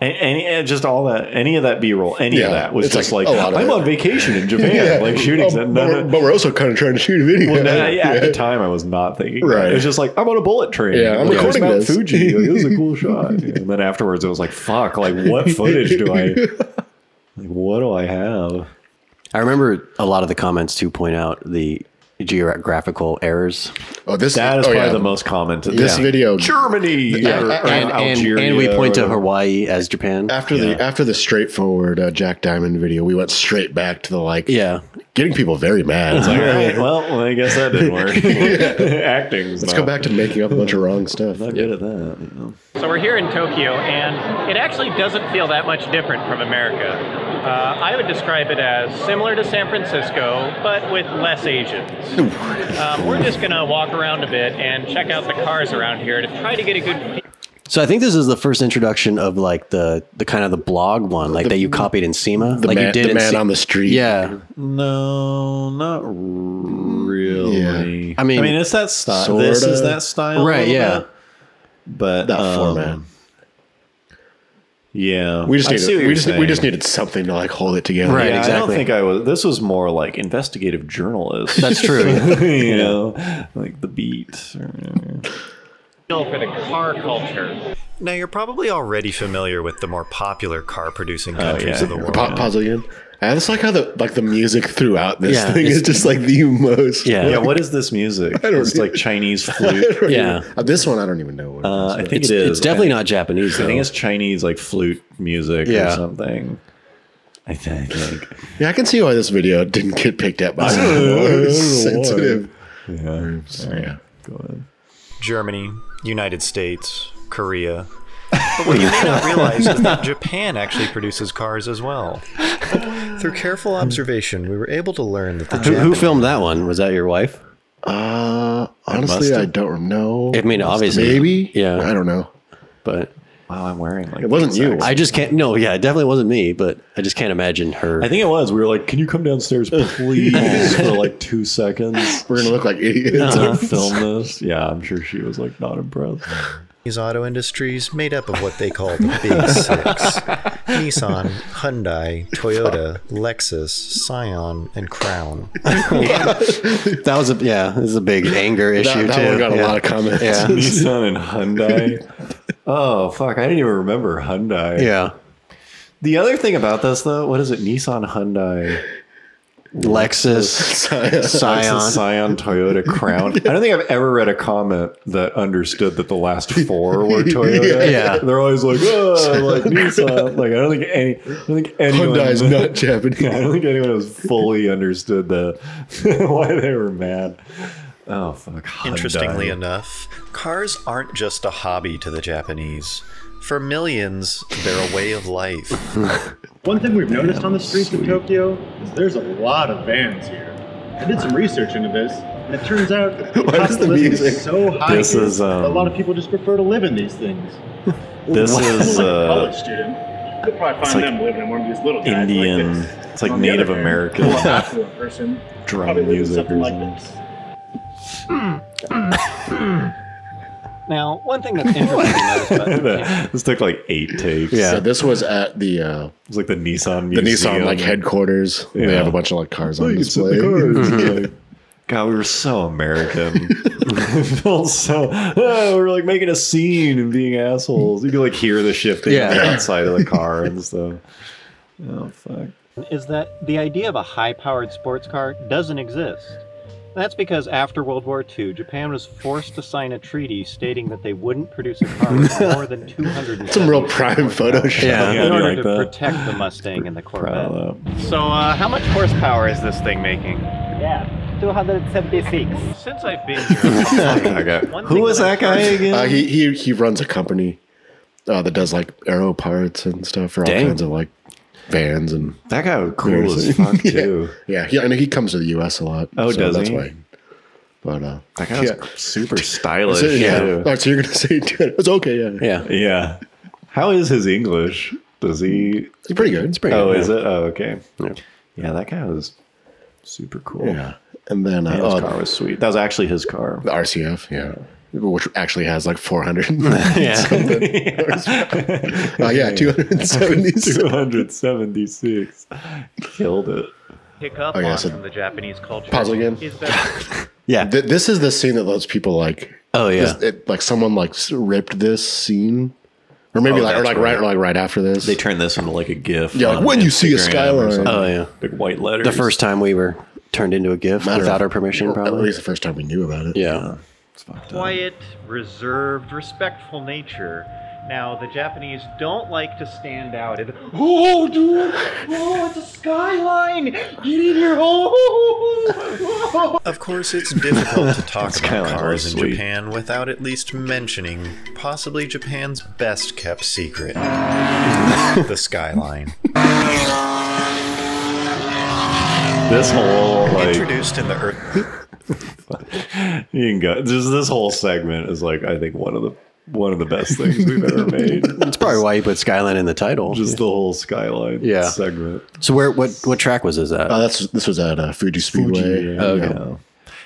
A- Any, uh, just all that, any of that B roll, any of Yeah, that was it's just like, like a lot of I'm it. on vacation in Japan, like shooting. Oh, something. but, No, we're, no. but we're also kind of trying to shoot a video. Well, no, yeah, at the time, I was not thinking. that. Right. It was just like, I'm on a bullet train. Yeah, I'm Like, there's recording Mount this. Fuji. Like, this is a cool shot. And then afterwards, it was like, fuck, like, what footage do I, like, what do I have? I remember a lot of the comments to point out the geographical errors. Oh, this That is oh, probably yeah. the most commented. This Yeah. video Germany Yeah, or, or and- Algeria. and we point to or- Hawaii as Japan. after the after the straightforward uh, Jack Diamond video, we went straight back to the like yeah. getting people very mad. It's All like, right, well, I guess that didn't work. Acting's let's go back to making up a bunch of wrong stuff. Not good at that. you know. So we're here in Tokyo, and it actually doesn't feel that much different from America. Uh, I would describe it as similar to San Francisco, but with less Asians. Um, we're just gonna walk around a bit and check out the cars around here to try to get a good. So I think this is the first introduction of like the the kind of the blog one, like that you copied in SEMA, The like man, you did the in man Se- on the street. Yeah, No, not really. Yeah. I mean- I mean, it's that style. This Sorta. is that style, a Right, little yeah. bit, but that um, format. Yeah, We just I see what needed, you're we just we saying. just needed something to like hold it together. Right. Yeah, I don't exactly. think I was. This was more like investigative journalist. that's true. you know, like the beat. feel for the car culture. Now, you're probably already familiar with the more popular car producing countries yeah. of the world. Pop puzzle again. I just like how the like the music throughout this Yeah, thing is just like the most. Yeah. Yeah, what is this music? don't It's like Chinese flute. Yeah. Uh, This one I don't even know. What it Uh, is, I but- think It's, it is. it's definitely And not Japanese. Though. I think it's Chinese like flute music or Yeah. something. I think. like, yeah, I can see why this video didn't get picked up by someone sensitive. yeah. So, yeah. Go ahead. Germany, United States, Korea. But what you may not realize is that Japan actually produces cars as well. Through careful observation, we were able to learn that the who, who filmed that one? Was that your wife? Uh, honestly, I don't know. I mean, obviously, maybe. yeah. I don't know. But Wow, I'm wearing like It wasn't these you. accents. I just can't. No, yeah, it definitely wasn't me. But I just can't imagine her. I think it was. We were like, "Can you come downstairs, please, for like two seconds? We're gonna look like idiots. to film this." Yeah, I'm sure she was like not impressed. Japanese auto industries made up of what they call the Big Six Nissan, Hyundai, Toyota, Lexus, Scion, and Crown. that was a yeah. This is a big anger issue That, that too. one got a yeah. lot of comments. Yeah. Nissan and Hyundai. Oh fuck! I didn't even remember Hyundai. yeah. The other thing about this though, what is it? Nissan, Hyundai, Lexus, Lexus, Scion. Scion, Toyota, Crown. I don't think I've ever read a comment that understood that the last four were Toyota. Yeah. they're always like, "Oh, like Nissan." Like I don't think any. I don't think anyone. Hyundai's not Japanese. I don't think anyone has fully understood the why they were mad. Oh fuck! Hyundai. Interestingly enough, cars aren't just a hobby to the Japanese. For millions, they're a way of life. One thing we've noticed on the streets of Tokyo is there's a lot of vans here. I did some research into this, and it turns out that the Why cost is of the living music- is so high This here, is, um, a lot of people just prefer to live in these things. this is I'm a uh, college student. You'll probably find like them living in one of these little guys Indian. Like this. It's like On the other Native hand, American a more affluent person probably drum living music something or like something. this. Now, one thing that's interesting to notice about this took like eight takes. Yeah. So this was at the uh, it's like the Nissan. the Museum. Nissan like headquarters. They Yeah. have a bunch of like cars Oh, on you can sit in display. the car. It's like- God, we were so American. it felt so. oh, we were like making a scene and being assholes. You could like hear the shifting Yeah. on the outside of the car and stuff. Oh fuck! is that the idea of a high powered sports car doesn't exist. That's because after World War II, Japan was forced to sign a treaty stating that they wouldn't produce a car with more than 200. Some real prime Photoshop. Yeah. Yeah, in order like to that. protect the Mustang and the Corvette. Proud of that. So, uh, how much horsepower is this thing making? Yeah, 276. Since I've been here, Okay. One Who thing was that that guy I- again? Uh, he he he runs a company uh, that does like aero parts and stuff for all Dang. kinds of like vans and that guy was cool as Seriously. fuck too. yeah. He, I know he comes to the U.S. a lot. Oh, does that's he? Why. But uh, That guy was yeah. super So, stylish. yeah. too. All right, so you're gonna say it's okay? Yeah, Yeah. Yeah. How is his English? Does he? it's pretty good. It's pretty. Oh, good. is it? Oh, okay. Yeah. Yeah, that guy was super cool. Yeah. And then uh, His oh, car was sweet. That was actually his car. the RCF, yeah, which actually has like 400. Yeah. uh, yeah, 270. 276. Killed it. pick Oh, up Okay, on so- from the Japanese culture Pause again. is that Yeah. Th- this is the scene that lets people like Oh yeah. Is it, like someone like s- ripped this scene, or maybe Oh, like or that's like right, right. or like right after this. They Oh, turned this into like a GIF. Yeah, like, on when you see a Instagram or skyline. something. Oh yeah. Big white letters. The first time we were turned into a GIF Matter without of- our permission, or at probably. least the first time we knew about it. Yeah. It's fucked up. quiet, reserved, respectful nature. Now, the Japanese don't like to stand out. And, oh, dude! Oh, it's a skyline! Get in here! Oh, oh, oh, oh, oh." Of course, it's difficult to talk kinda about like cars in sweet. Japan without at least mentioning possibly Japan's best kept secret the skyline. This whole like Introduced in the earth. you can go. Just this whole segment is like I think one of the one of the best things we've ever made. That's probably why you put Skyline in the title. Just the whole skyline Yeah. segment. so where what what track was this at? Uh, that's this was at uh, Fuji Speedway. Yeah.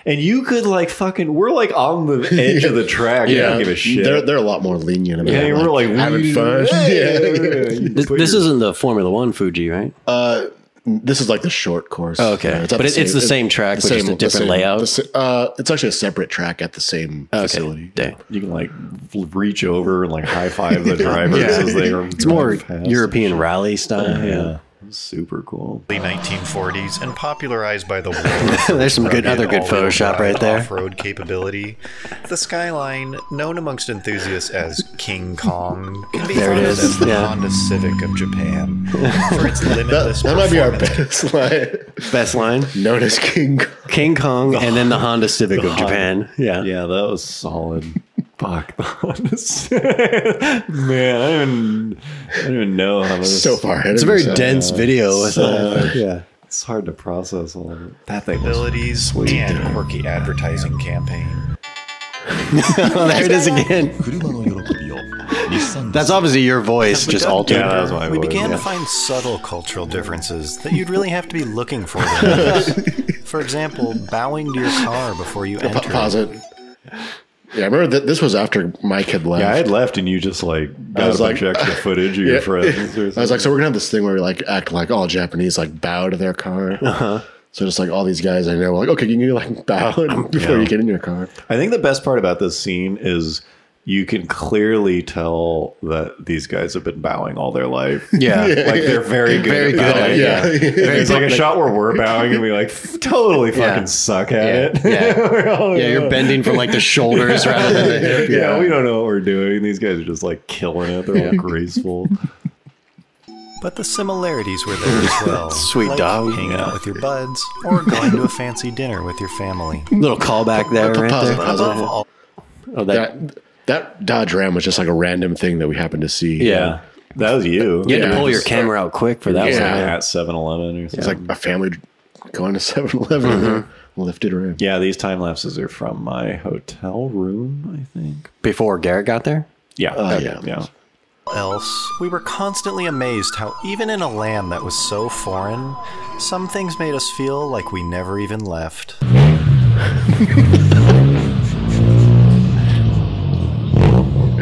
And you could like fucking. We're like on the edge of the track. Yeah, don't give a shit. They're they're a lot more lenient about yeah, like, we're like having we- fun. Yeah, Yeah. yeah, yeah. You this, put this your- Oh, isn't the Formula One Fuji, right? Uh, This is like the short course. Oh, okay. Yeah, at But it- it's the same track, but just a different same- layout? the sa- uh, it's actually a separate track at the same facility. Dang. You can like reach over and like high five the drivers Yeah. as they are. It's more drive past. European rally style. Yeah. Super cool. the 1940s and popularized by the war. There's some good- other good Photoshop right there. Off-road capability. The skyline, known amongst enthusiasts as King Kong, can be There it thought of is, as the yeah. Honda Civic of Japan for its That, limitless that might be our performance best line. Best line. Known as King Kong. King Kong and then the Honda Civic of Japan. Yeah. Yeah, that was solid. Fuck the Honda Civic. Man, I don't, even, I don't even know how much. So far ahead It's a of very yourself. dense video. with all Uh, that. yeah. It's hard to process all of it. That thing was abilities and quirky advertising campaign. Oh, there it is again. That's obviously your voice just altered. Yeah, that was my Oh, we voice, began yeah. to find subtle cultural differences that you'd really have to be looking for. to notice. for example, bowing to your car before you Pa- enter. pause it. Yeah, I remember that this was after Mike had left. Yeah, I had left and you just like got was a like- bunch of extra footage of your Yeah. friends. Or I was like, so we're gonna have this thing where we like act like all Japanese like bow to their car. Uh-huh. So just like all these guys I know, were like okay, you can like bow before you get in your car. I think the best part about this scene is you can clearly tell that these guys have been bowing all their life. Yeah. Like they're very good. Very at good bowing. at it, Oh, yeah. And it's like a shot where we're bowing and we like totally fucking Yeah. suck at Yeah. it. Yeah. We're all- Yeah, you're bending from like the shoulders rather than the hip. yeah, we don't know what we're doing. These guys are just like killing it. They're all graceful. But the similarities were there as well. Sweet like dog. Hanging out with your buds or going to a fancy dinner with your family. Little callback there, right Pause it, there. pause it. Above all, Oh, that, That that Dodge Ram was just like a random thing that we happened to see. Yeah. That was you. you had yeah. to pull your camera out quick for that That was Yeah. like at 7 Eleven or something. It's like a family going to 7-Eleven and lifted Mm-hmm. Ram. yeah, these time lapses are from my hotel room, I think. one. Before Garrett got there? Yeah. yeah. Oh, Yeah. else, we were constantly amazed how, even in a land that was so foreign, some things made us feel like we never even left.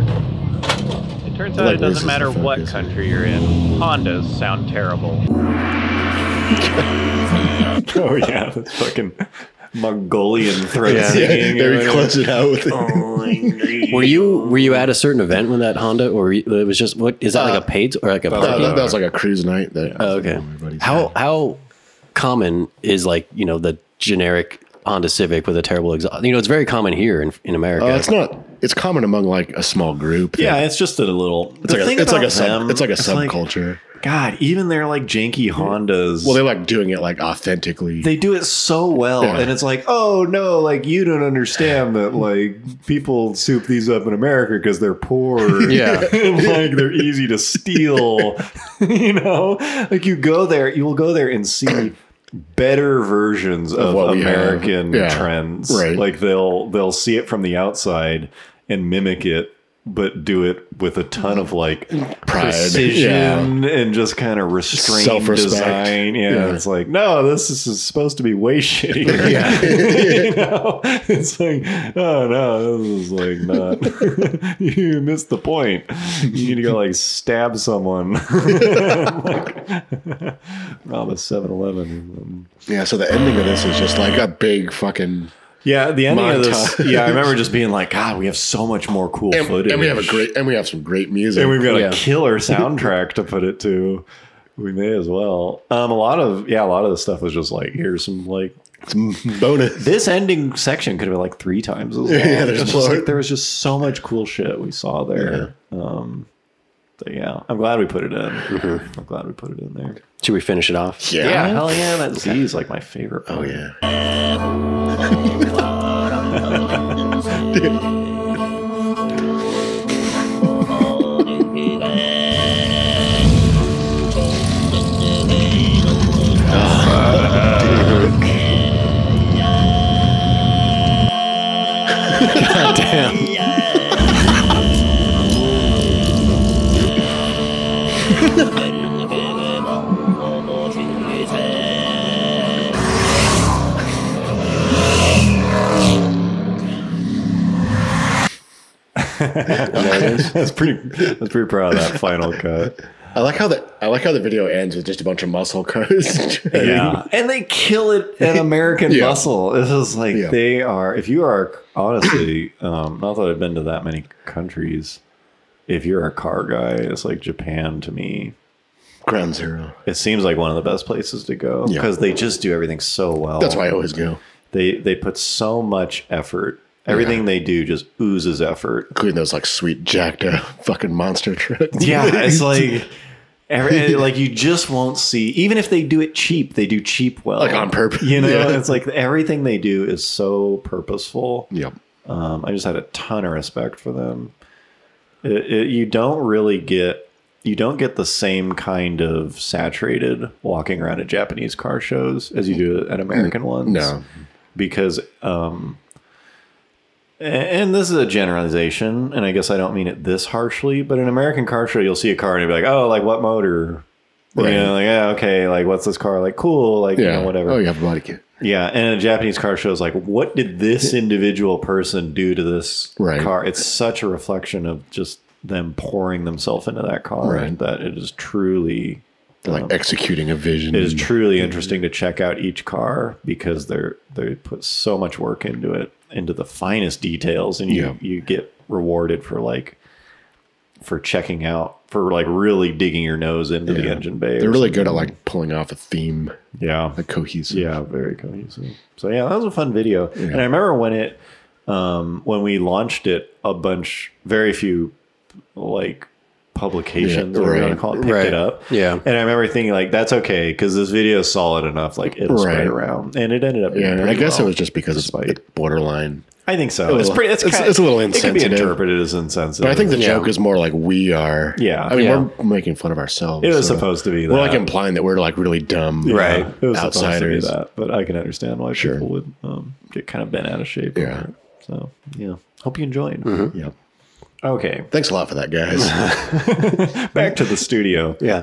It turns out Like, it this is doesn't matter the what focus. country you're in. Hondas sound terrible. Oh yeah, that's fucking Mongolian throat Yeah, singing. there we close it out with Oh, it. Were you were you at a certain event when that Honda or you- it was just what is that like a paid or like a Uh, parking? that, that was like a cruise night. That uh, Oh, okay. Everybody's- How how common is like you know the generic Honda Civic with a terrible exhaust? You know it's very common here in, in America. Uh, it's not. It's common among like a small group. that- Yeah, it's just a little. it's like a, it's like a sub, them, it's like a like, subculture. God, even their like janky Hondas. well, they're like doing it like authentically. they do it so well, Yeah. and it's like, oh no, like you don't understand that like people soup these up in America because they're poor. Yeah. And, like they're easy to steal. you know, like you go there, you will go there and see better versions of, what we have. American Yeah. trends. Right. Like they'll they'll see it from the outside and mimic it, but do it with a ton of like Pride. precision and just kind of restrained Self-respect. design. Yeah, Yeah. it's like no, this is, is supposed to be way shittier. Yeah. you know, it's like oh no, this is like not. you missed the point. You need to go like stab someone. like, rob a 7-Eleven. yeah. So the ending of this is just like a big fucking. Yeah, the ending of this. Montage. Yeah, I remember just being like, God, we have so much more cool And, footage, and we have a great. And we have some great music. and we've got Yeah. a killer soundtrack to put it to. We may as well. Um, a lot of yeah, a lot of the stuff was just like here's some like some bonus. this ending section could have been like three times as long. Yeah, there's It's just, more. like, there was just so much cool shit we saw there. Um, so yeah, I'm glad we put it in. I'm glad we put it in there. Should we finish it off? yeah. hell Mm-hmm. yeah, that Z is like my favorite. Oh part. yeah. that's pretty. That's pretty proud of that final cut. I like how the I like how the video ends with just a bunch of muscle cars. Yeah. And they kill it at American Yeah. Muscle. This is like Yeah. they are if you are honestly, um, not that I've been to that many countries, if you're a car guy, it's like Japan to me. Ground Zero. It seems like one of the best places to go Yeah. because they just do everything so well. That's why I always go. they they put so much effort. Everything they do just oozes effort. Including those like sweet jacked up fucking monster trucks. Yeah, it's like every, like you just won't see. Even if they do it cheap, they do cheap well, Like on purpose. You know, Yeah. it's like everything they do is so purposeful. Yep. Um, I just had a ton of respect for them. It, it, you don't really get you don't get the same kind of saturated walking around at Japanese car shows as you do at American ones Mm, No. because um a- and this is a generalization and i guess i don't mean it this harshly but in american car show you'll see a car and you'll be like oh like what motor Right. you know like yeah okay like what's this car like cool like you Yeah. know whatever Oh, you yeah. have a body kit. and a japanese car show is like what did this individual person do to this Right. car it's such a reflection of just them pouring themselves into that car Right. and that it is truly They're like executing a vision. Uh, it is truly interesting to check out each car because they're they put so much work into it into the finest details and you Yeah. you get rewarded for like for checking out for like really digging your nose into the Yeah. engine bay They're or really good at like pulling off a theme, something. yeah like cohesive. yeah very cohesive so yeah that was a fun video and i remember when it um when we launched it a bunch very few like publications Yeah, or whatever you right, want to call it picked right. it up Yeah. and I remember thinking like that's okay because this video is solid enough, like it'll spread Right. around, and it ended up. Yeah, Being and pretty I guess well. it was just because it's despite- it's borderline. I think so. was- it's pretty. It's, it's- kind of, it's a little It can insensitive. be interpreted as insensitive. But I think the Yeah. joke is more like we are. Yeah. I mean, Yeah. we're making fun of ourselves. it was so supposed to be that. We're like implying that we're like really dumb, Yeah, Right. It was outsiders. Outsiders. supposed to be that, but I can understand why Sure. people would um, get kind of bent out of shape. over Yeah. Mm-hmm. it. So yeah, hope you enjoyed. Yep. Okay, Thanks a lot for that, guys. back to the studio. Yeah.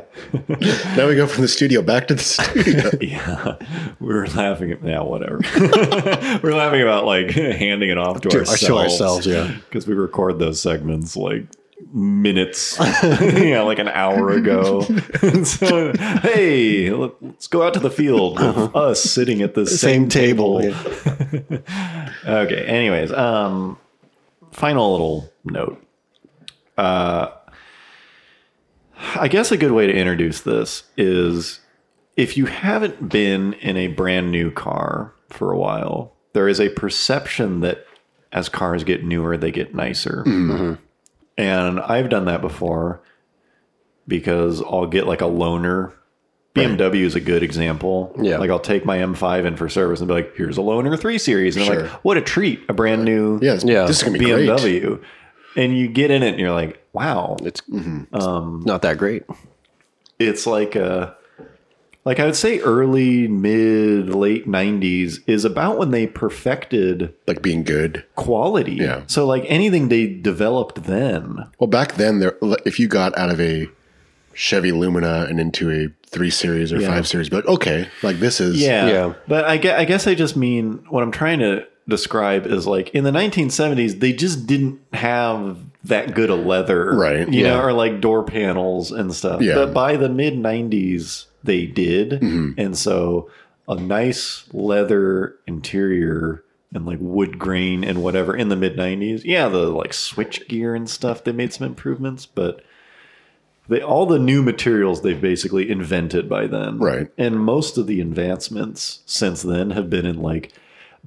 now we go from the studio back to the studio. Yeah, we were laughing at now. Whatever, we are laughing about like handing it off to, ourselves. ourselves, yeah. because we record those segments like minutes, yeah, like an hour ago. so, hey, let- let's go out to the field of us sitting at the same, table. okay. Anyways, um, final little note. Uh, I guess a good way to introduce this is if you haven't been in a brand new car for a while, there is a perception that as cars get newer, they get nicer. And I've done that before because I'll get like a loaner. BMW is a good example. Yeah. Like I'll take my M5 in for service and be like, here's a loaner 3 Series. And I'm Sure. like, what a treat, a brand new Yeah, this, Yeah. this is gonna be great. BMW. And you get in it and you're like, wow, It's not that great. it's like a like I would say early mid late 90s is about when they perfected Like being good. quality. Yeah. So like anything they developed then. Well, back then, there if you got out of a Chevy Lumina and into a three series or five series, be like, okay, like this is Yeah. Yeah. But I guess, I guess I just mean what I'm trying to describe is like in the 1970s they just didn't have that good a leather, Right. You know, Yeah. or like door panels and stuff. Yeah. But by the mid 90s they did, and so a nice leather interior and like wood grain and whatever in the mid 90s. Yeah, the like switch gear and stuff they made some improvements, but they all the new materials they've basically invented by then Right. and most of the advancements since then have been in like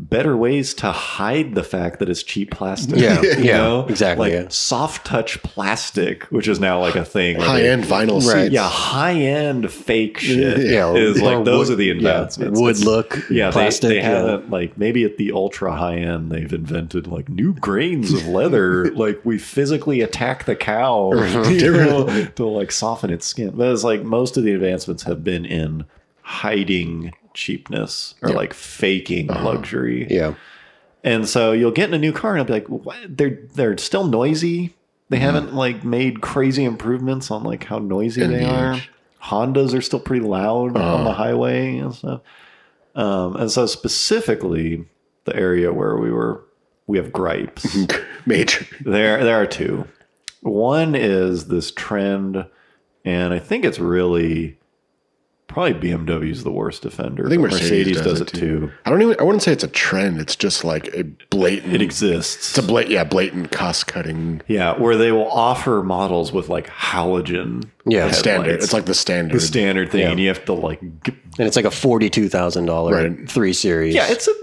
better ways to hide the fact that it's cheap plastic Yeah, you yeah, know? exactly, like yeah. soft touch plastic which is now like a thing where high they- end vinyl Right. seats. yeah high end fake shit Yeah. is like Or those wood- are the yeah, advancements wood It's- look, yeah plastic, they, they yeah. haven't like maybe at the ultra high end they've invented like new grains of leather like we physically attack the cow you know, to like soften its skin but it's like most of the advancements have been in hiding cheapness or like faking luxury Uh-huh. Yeah. and so you'll get in a new car and I'll be like, what? they're they're still noisy. Mm-hmm. They haven't like made crazy improvements on like how noisy they are. Indeed. Hondas are still pretty loud on Uh-huh. the highway and stuff. Um, and so specifically the area where we were, we have gripes. major. There, there are two. One is this trend And I think it's really probably BMW's the worst offender. I think but Mercedes, does, it too. I don't even. I wouldn't say it's a trend. It's just like a blatant. It exists. it's a blatant. Yeah, blatant cost cutting yeah, where they will offer models with like halogen. Yeah. standard. headlights. It's like the standard. the standard thing, and you have to like. G- And it's like a forty-two thousand Right. three series. yeah, it's a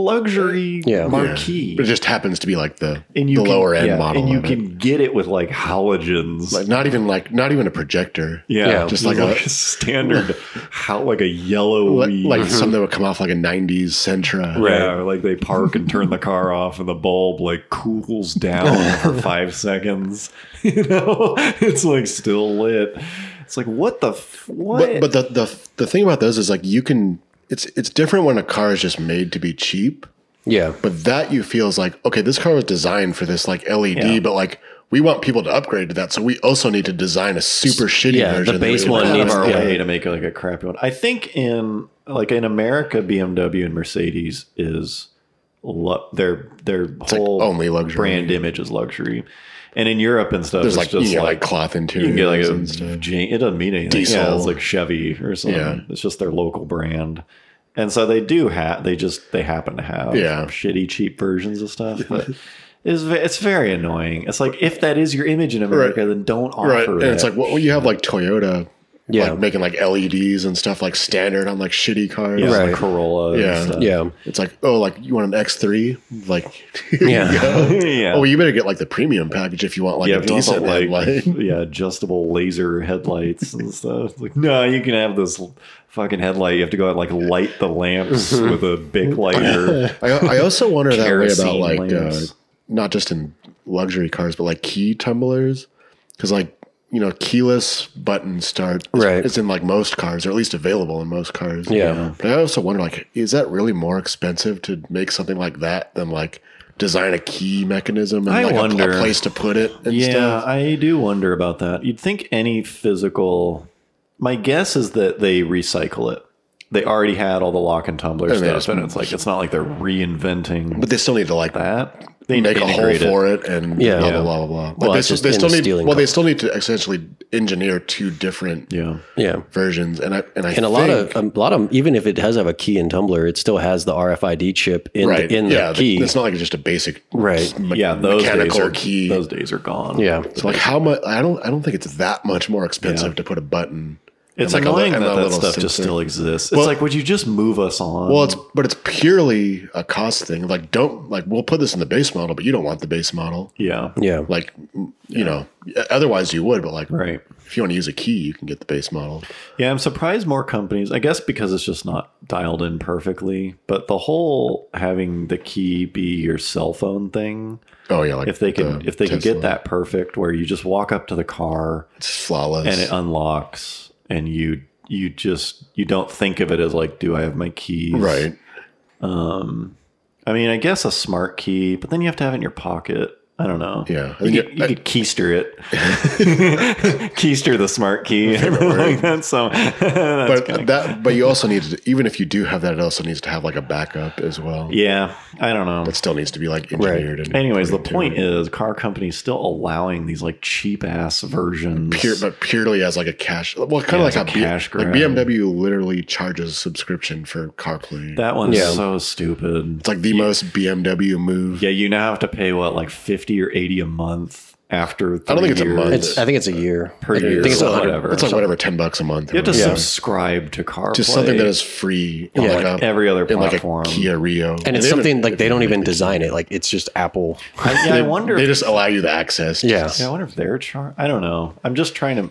luxury Yeah. Yeah. marquee. But it just happens to be like the and you the can- lower end yeah, model. and you of it. can get it with like halogens. like not even like not even a projector. yeah, yeah, just like a- standard, how like a yellow Like, weed. like something that would come off like a '90s Sentra. Yeah, or, like they park and turn the car off, and the bulb like cools down for five seconds. You know, it's like still lit. It's like what the f- what? But but the the the thing about those is like you can. It's it's different when a car is just made to be cheap. yeah. But that you feel is like, okay, this car was designed for this like LED, Yeah. but like we want people to upgrade to that, so we also need to design a super shitty yeah, the version. that we base can one have. out of needs- our yeah. way to make like a crappy one. I think in like in America, BMW and Mercedes is lu- their their like whole only luxury. brand image is luxury, and in Europe and stuff, There's it's like you just get like. like cloth you interiors can get like a and stuff. Jane- it doesn't mean anything. Yeah, Diesel. it's like Chevy or something. Yeah. It's just their local brand, and so they do have. They just they happen to have Yeah. shitty cheap versions of stuff. But it's ve- it's very annoying. It's like if that is your image in America, then don't offer right and it. it's like what well, you have like toyota Yeah. like making like leds and stuff like standard on like shitty cars yeah, Right. like Corolla. and Yeah. stuff. Yeah. it's like oh like you want an x3 like here Yeah. you go. yeah. oh well, you better get like the premium package if you want like yeah, a decent like, headlight yeah, adjustable laser headlights and stuff. It's Like, no, you can have this l- fucking headlight. You have to go out and like light the lamps with a big lighter. I, I also wonder that way about Kerosene like uh, lamps. not just in luxury cars but like key tumblers because like you know keyless button start is- Right. is in like most cars or at least available in most cars Yeah. but i also wonder like is that really more expensive to make something like that than like design a key mechanism and I like a pl- wonder. A, place to put it and yeah, stuff I do wonder about that. You'd think any physical. My guess is that they recycle it. They already had all the lock and tumbler And they stuff, just- and it's like it's not like they're reinventing but they still need to like that. They make a hole integrate it. for it and Yeah. blah, Yeah. blah blah blah blah. Like Well, they, it's still- just they in still the need stealing well they column. still need to essentially engineer two different Yeah, Yeah. versions and I and And I a think, lot of a lot of even if it does have a key and tumbler, it still has the RFID chip in right the, in yeah the key. it's not like just a basic right. me- yeah. Those days mechanical are, key. Those days are gone. Yeah. so like how much I don't I don't think it's that much more expensive to put a button. It's and like a li- annoying and a that that little stuff just sensor. still exists. Well- it's like, would you just move us on? Well, it's but it's purely a cost thing. Like don't like we'll put this in the base model, but you don't want the base model. yeah, Yeah. Like you know, otherwise you would. But like right. if you want to use a key, you can get the base model. Yeah, I'm surprised more companies. I guess because it's just not dialed in perfectly. But the whole having the key be your cell phone thing, Oh yeah, like if they could, the if they could Tesla. get that perfect, where you just walk up to the car it's flawless. and it unlocks, and you you just you don't think of it as like, do I have my keys? right. Um, I mean, I guess a smart key, but then you have to have it in your pocket. I don't know. Yeah. you, could, you could keister it, keister the smart key. like that's so. that's but kinda- that but you also need to even if you do have that, it also needs to have like a backup as well. yeah, I don't know. That still needs to be like engineered and Anyways, the put into point it. is, car companies still allowing these like cheap ass versions. Pure, but purely as like a cash, well, Yeah, kind of it's like a how B- cash like grab. BMW literally charges subscription for CarPlay. that one's Yeah. so stupid. it's like the most BMW move. Yeah, you now have to pay what like fifty or eighty a month after. I don't think three it's a month. years. It's I think it's a year. Per I year think it's or a hundred- whatever. it's like whatever, ten bucks a month. or You have to whatever. subscribe to CarPlay. Just something that is free. on Yeah, like every other in platform. like a Kia Rio, And it's they haven't- something like they don't even design it. Like it's just Apple. I, yeah, I wonder. They if, just allow you the access. to Yeah. just- yeah, I wonder if they're char- I don't know. I'm just trying to.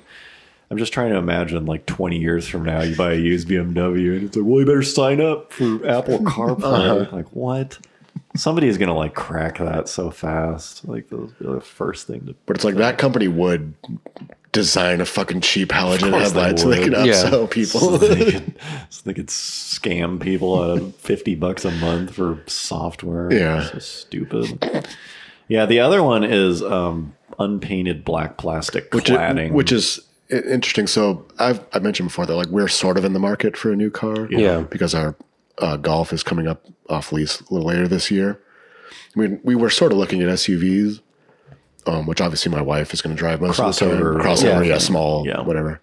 I'm just trying to imagine like 20 years from now, you buy a used BMW and it's like, well, you better sign up for Apple CarPlay. Uh-huh. Like, what? Somebody is gonna like crack that so fast. Like, those be the first thing to. But it's like that company would design a fucking cheap halogen course they headlight so they would. can Yeah. upsell So people. they, could, so they could scam people out of 50 bucks a month for software. Yeah. So stupid. Yeah, the other one is um, unpainted black plastic which cladding. is, which is i- interesting. So I've I mentioned before that like we're sort of in the market for a new car, Yeah. because our uh, golf is coming up off lease a little later this year. I mean, we were sort of looking at SUVs. um, which obviously my wife is going to drive most of the time. Crossover. Crossover, Yeah. yeah, small, Yeah. whatever.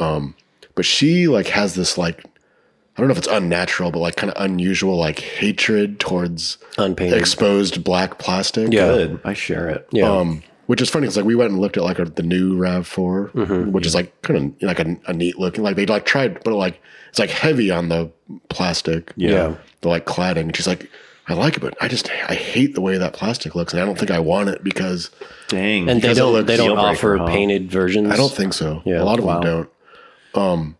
Um, but she like has this like I don't know if it's unnatural, but like kind of unusual like hatred towards Unpainted. exposed black plastic. Yeah. Good. I share it. yeah. Um, which is funny because like we went and looked at like a, the new Rav 4 Mm-hmm. which is like kind of like a, a neat looking. Like they like tried, but like it's like heavy on the plastic. Yeah. the like cladding. And she's like, I like it, but I just I hate the way that plastic looks, and I don't think I want it because Dang. and they because it don't looks they don't deal breaker, offer huh? painted versions. I don't think so. Yeah, a lot of wow. them don't. Um,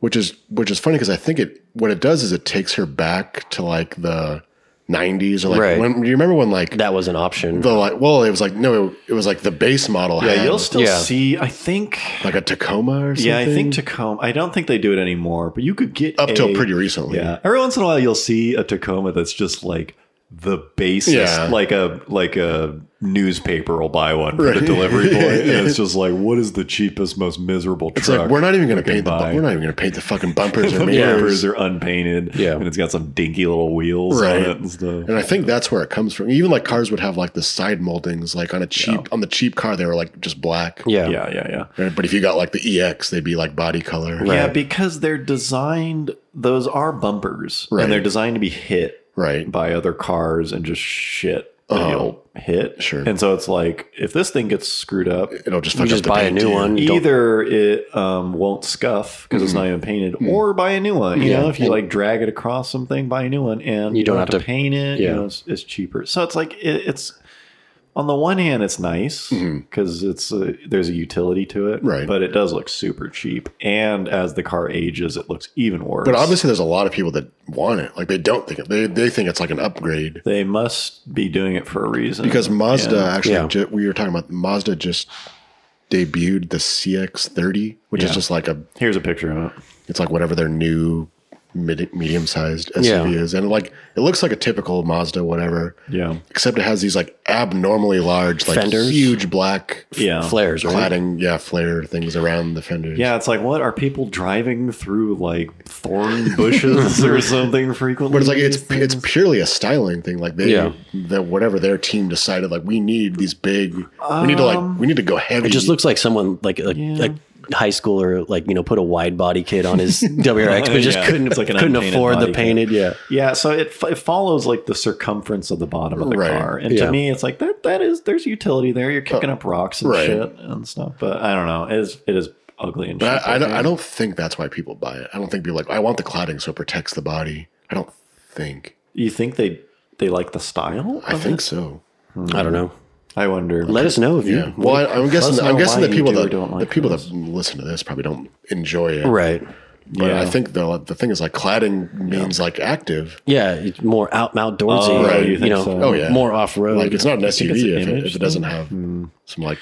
which is which is funny because I think it what it does is it takes her back to like the 90s or like Right. when do you remember when like that was an option. the like well it was like no it, was like the base model yeah, had you'll still Yeah. see. I think. like a Tacoma or something. Yeah, I think Tacoma. I don't think they do it anymore, but you could get up till a- pretty recently. Yeah. Every once in a while, you'll see a Tacoma that's just like the basest, Yeah. like a like a newspaper will buy one for the Right. delivery boy, and Yeah. it's just like, what is the cheapest, most miserable It's truck? like we're not even going we to can paint the bu- buy? we're not even going to paint the fucking bumpers the or mirrors mirrors. are unpainted, Yeah. and it's got some dinky little wheels on Right. it and stuff. And I think that's where it comes from. Even like cars would have like the side moldings, like on a cheap on the cheap car, they were like just black. yeah. yeah, yeah, yeah. Right? But if you got like the EX, they'd be like body color. Yeah, because they're designed; those are bumpers, Right. and they're designed to be hit Right. by other cars and just shit. that Uh-huh. You'll hit, Sure. And so it's like if this thing gets screwed up, It'll just You fuck just up the buy a paint, new too. one. You don't- Mm-hmm. either it um, won't scuff because it's not even painted, or buy a new one. You Yeah. know, if you like drag it across something, buy a new one, and You don't have to- paint it. Yeah. You know, it's, it's cheaper. So it's like it, it's on the one hand, it's nice Mm-hmm. because it's uh there's a utility to it, Right. But it does look super cheap, and as the car ages, it looks even worse. But obviously, there's a lot of people that want it. Like they don't think it. They they think it's like an upgrade. they must be doing it for a reason Because Mazda And- actually, Yeah. ju- we were talking about Mazda just debuted the CX30, which Yeah. is just like a here's a picture of it. It's like whatever their new mid, medium-sized SUV Yeah. is, and like it looks like a typical Mazda, whatever, Yeah, except it has these like abnormally large, like Fenders? huge black yeah. Flares, right? cladding, yeah, flare things around the fenders. Yeah, it's like what are people driving through like thorn bushes or something frequently? but it's like it's it's purely a styling thing. Like they, Yeah. the whatever their team decided, like we need these big, we need to like we need to go heavy. It just looks like someone like a, Yeah. a high schooler like you know put a wide body kit on his WRX, but just Yeah. couldn't It's like an couldn't unpainted afford body the kit. painted. Yeah, yeah, so it, f- it follows like the circumference of the bottom of the Right. Uh, car, and Yeah. to me, it's like that that is there's utility there. You're kicking up rocks and right. shit and stuff, but I don't know. It is it is ugly and shit. But I, I don't, I don't think that's why people buy it. I don't think people like I want the cladding so it protects the body. I don't think. you think they they like the style? I of think it? so. I don't know. I wonder. Let us know if you Yeah. Well, I, I'm guessing. Mm-hmm. us know I'm guessing why the you people do or that don't like the people those. that listen to this probably don't enjoy it. right. But Yeah. I think the the thing is like cladding means like active. Yeah, it's more out outdoorsy. Oh, Right. you You, think know, so? Oh, yeah. more off road. Like it's not an think it's SUV an if it, image if it doesn't thing. Hmm. have some like.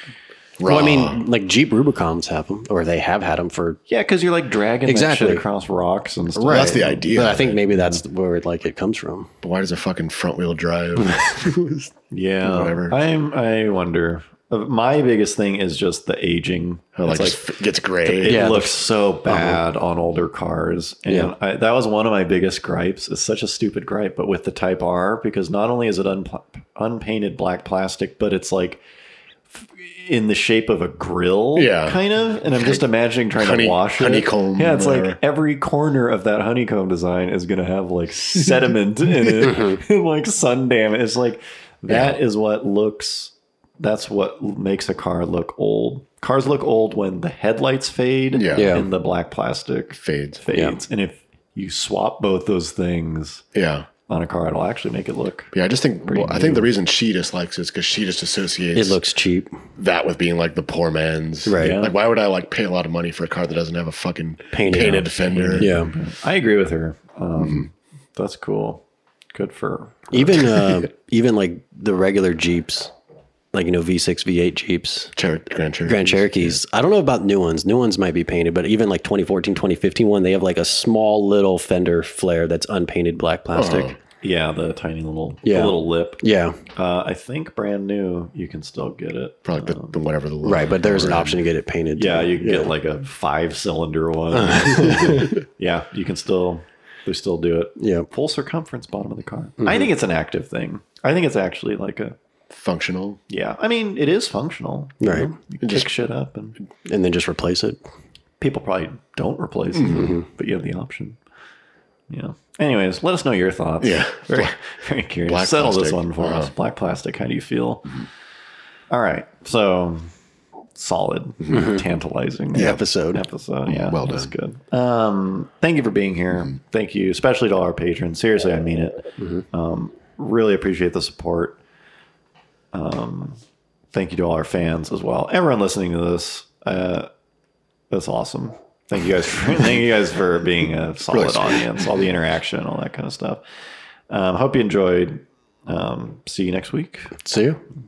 Raw, well, I mean, like Jeep Rubicons have them, or they have had them for. yeah, because you're like dragging Exactly. that shit across rocks and stuff. Well, that's the idea. But I think maybe that's where like it comes from. But why does a fucking front wheel drive? Yeah, Whatever. I'm. I wonder. Uh, My biggest thing is just the aging. Oh, It's like, like just f- uh-huh. gets gray. it Yeah, the- looks so bad on older cars and Yeah. I, that was one of my biggest gripes it's such a stupid gripe but with the type r because not only is it unpl- unpainted black plastic but it's like f- in the shape of a grill Yeah. kind of and i'm just imagining trying Honey- to wash it honeycomb, yeah it's like whatever. every corner of that honeycomb design is going to have like sediment in it Mm-hmm. and like sun damage it's like that is what looks that's what makes a car look old. Cars look old when the headlights fade Yeah. Yeah. and the black plastic Fades. fades. And if you swap both those things Yeah. on a car, it'll actually make it look. Yeah, I just think. Well, I think the reason she dislikes it is because she just associates It looks cheap. that with being like the poor man's. Right. Like, why would I like pay a lot of money for a car that doesn't have a fucking Painted painted, on. fender? Yeah. I agree with her. Um, That's cool. Good for. Even uh, even like the regular Jeeps, like you know V6, V8 Jeeps, Cher- Grand Cherokee. Grand Cherokees. I don't know about new ones. New ones might be painted, but even like 2014, 2015 one, they have like a small little fender flare that's unpainted black plastic. Oh. Yeah, the tiny little the Yeah. little lip. Yeah, Uh, I think brand new, you can still get it. Probably the, the whatever the Um, right. But there's an option to get it painted. Yeah, too. you can get like a five cylinder one. yeah, you can still they still do it. Yeah. Mm-hmm. Full circumference bottom of the car. I think it's an active thing. I think it's actually like a functional. Yeah, I mean it is functional. you Right. know? You kick just- shit up, and and then just replace it. people probably don't replace Mm-hmm. it, but you have the option. Yeah. Anyways, let us know your thoughts. Yeah. Very, very curious. Black Settle this plastic. one for us. Uh-huh. Mm-hmm. Black plastic. How do you feel? All right. So solid, tantalizing. Mm-hmm. Yeah. Episode. Episode. Yeah. Mm-hmm. Well That's good. Um, thank you for being here. Thank you, especially to all our patrons. Seriously, I mean it. Um, really appreciate the support. Um, thank you to all our fans as well. Everyone listening to this, uh, that's awesome. Thank you guys. For, thank you guys for being a solid audience. All the interaction, all that kind of stuff. Um, hope you enjoyed. Um, see you next week. See you.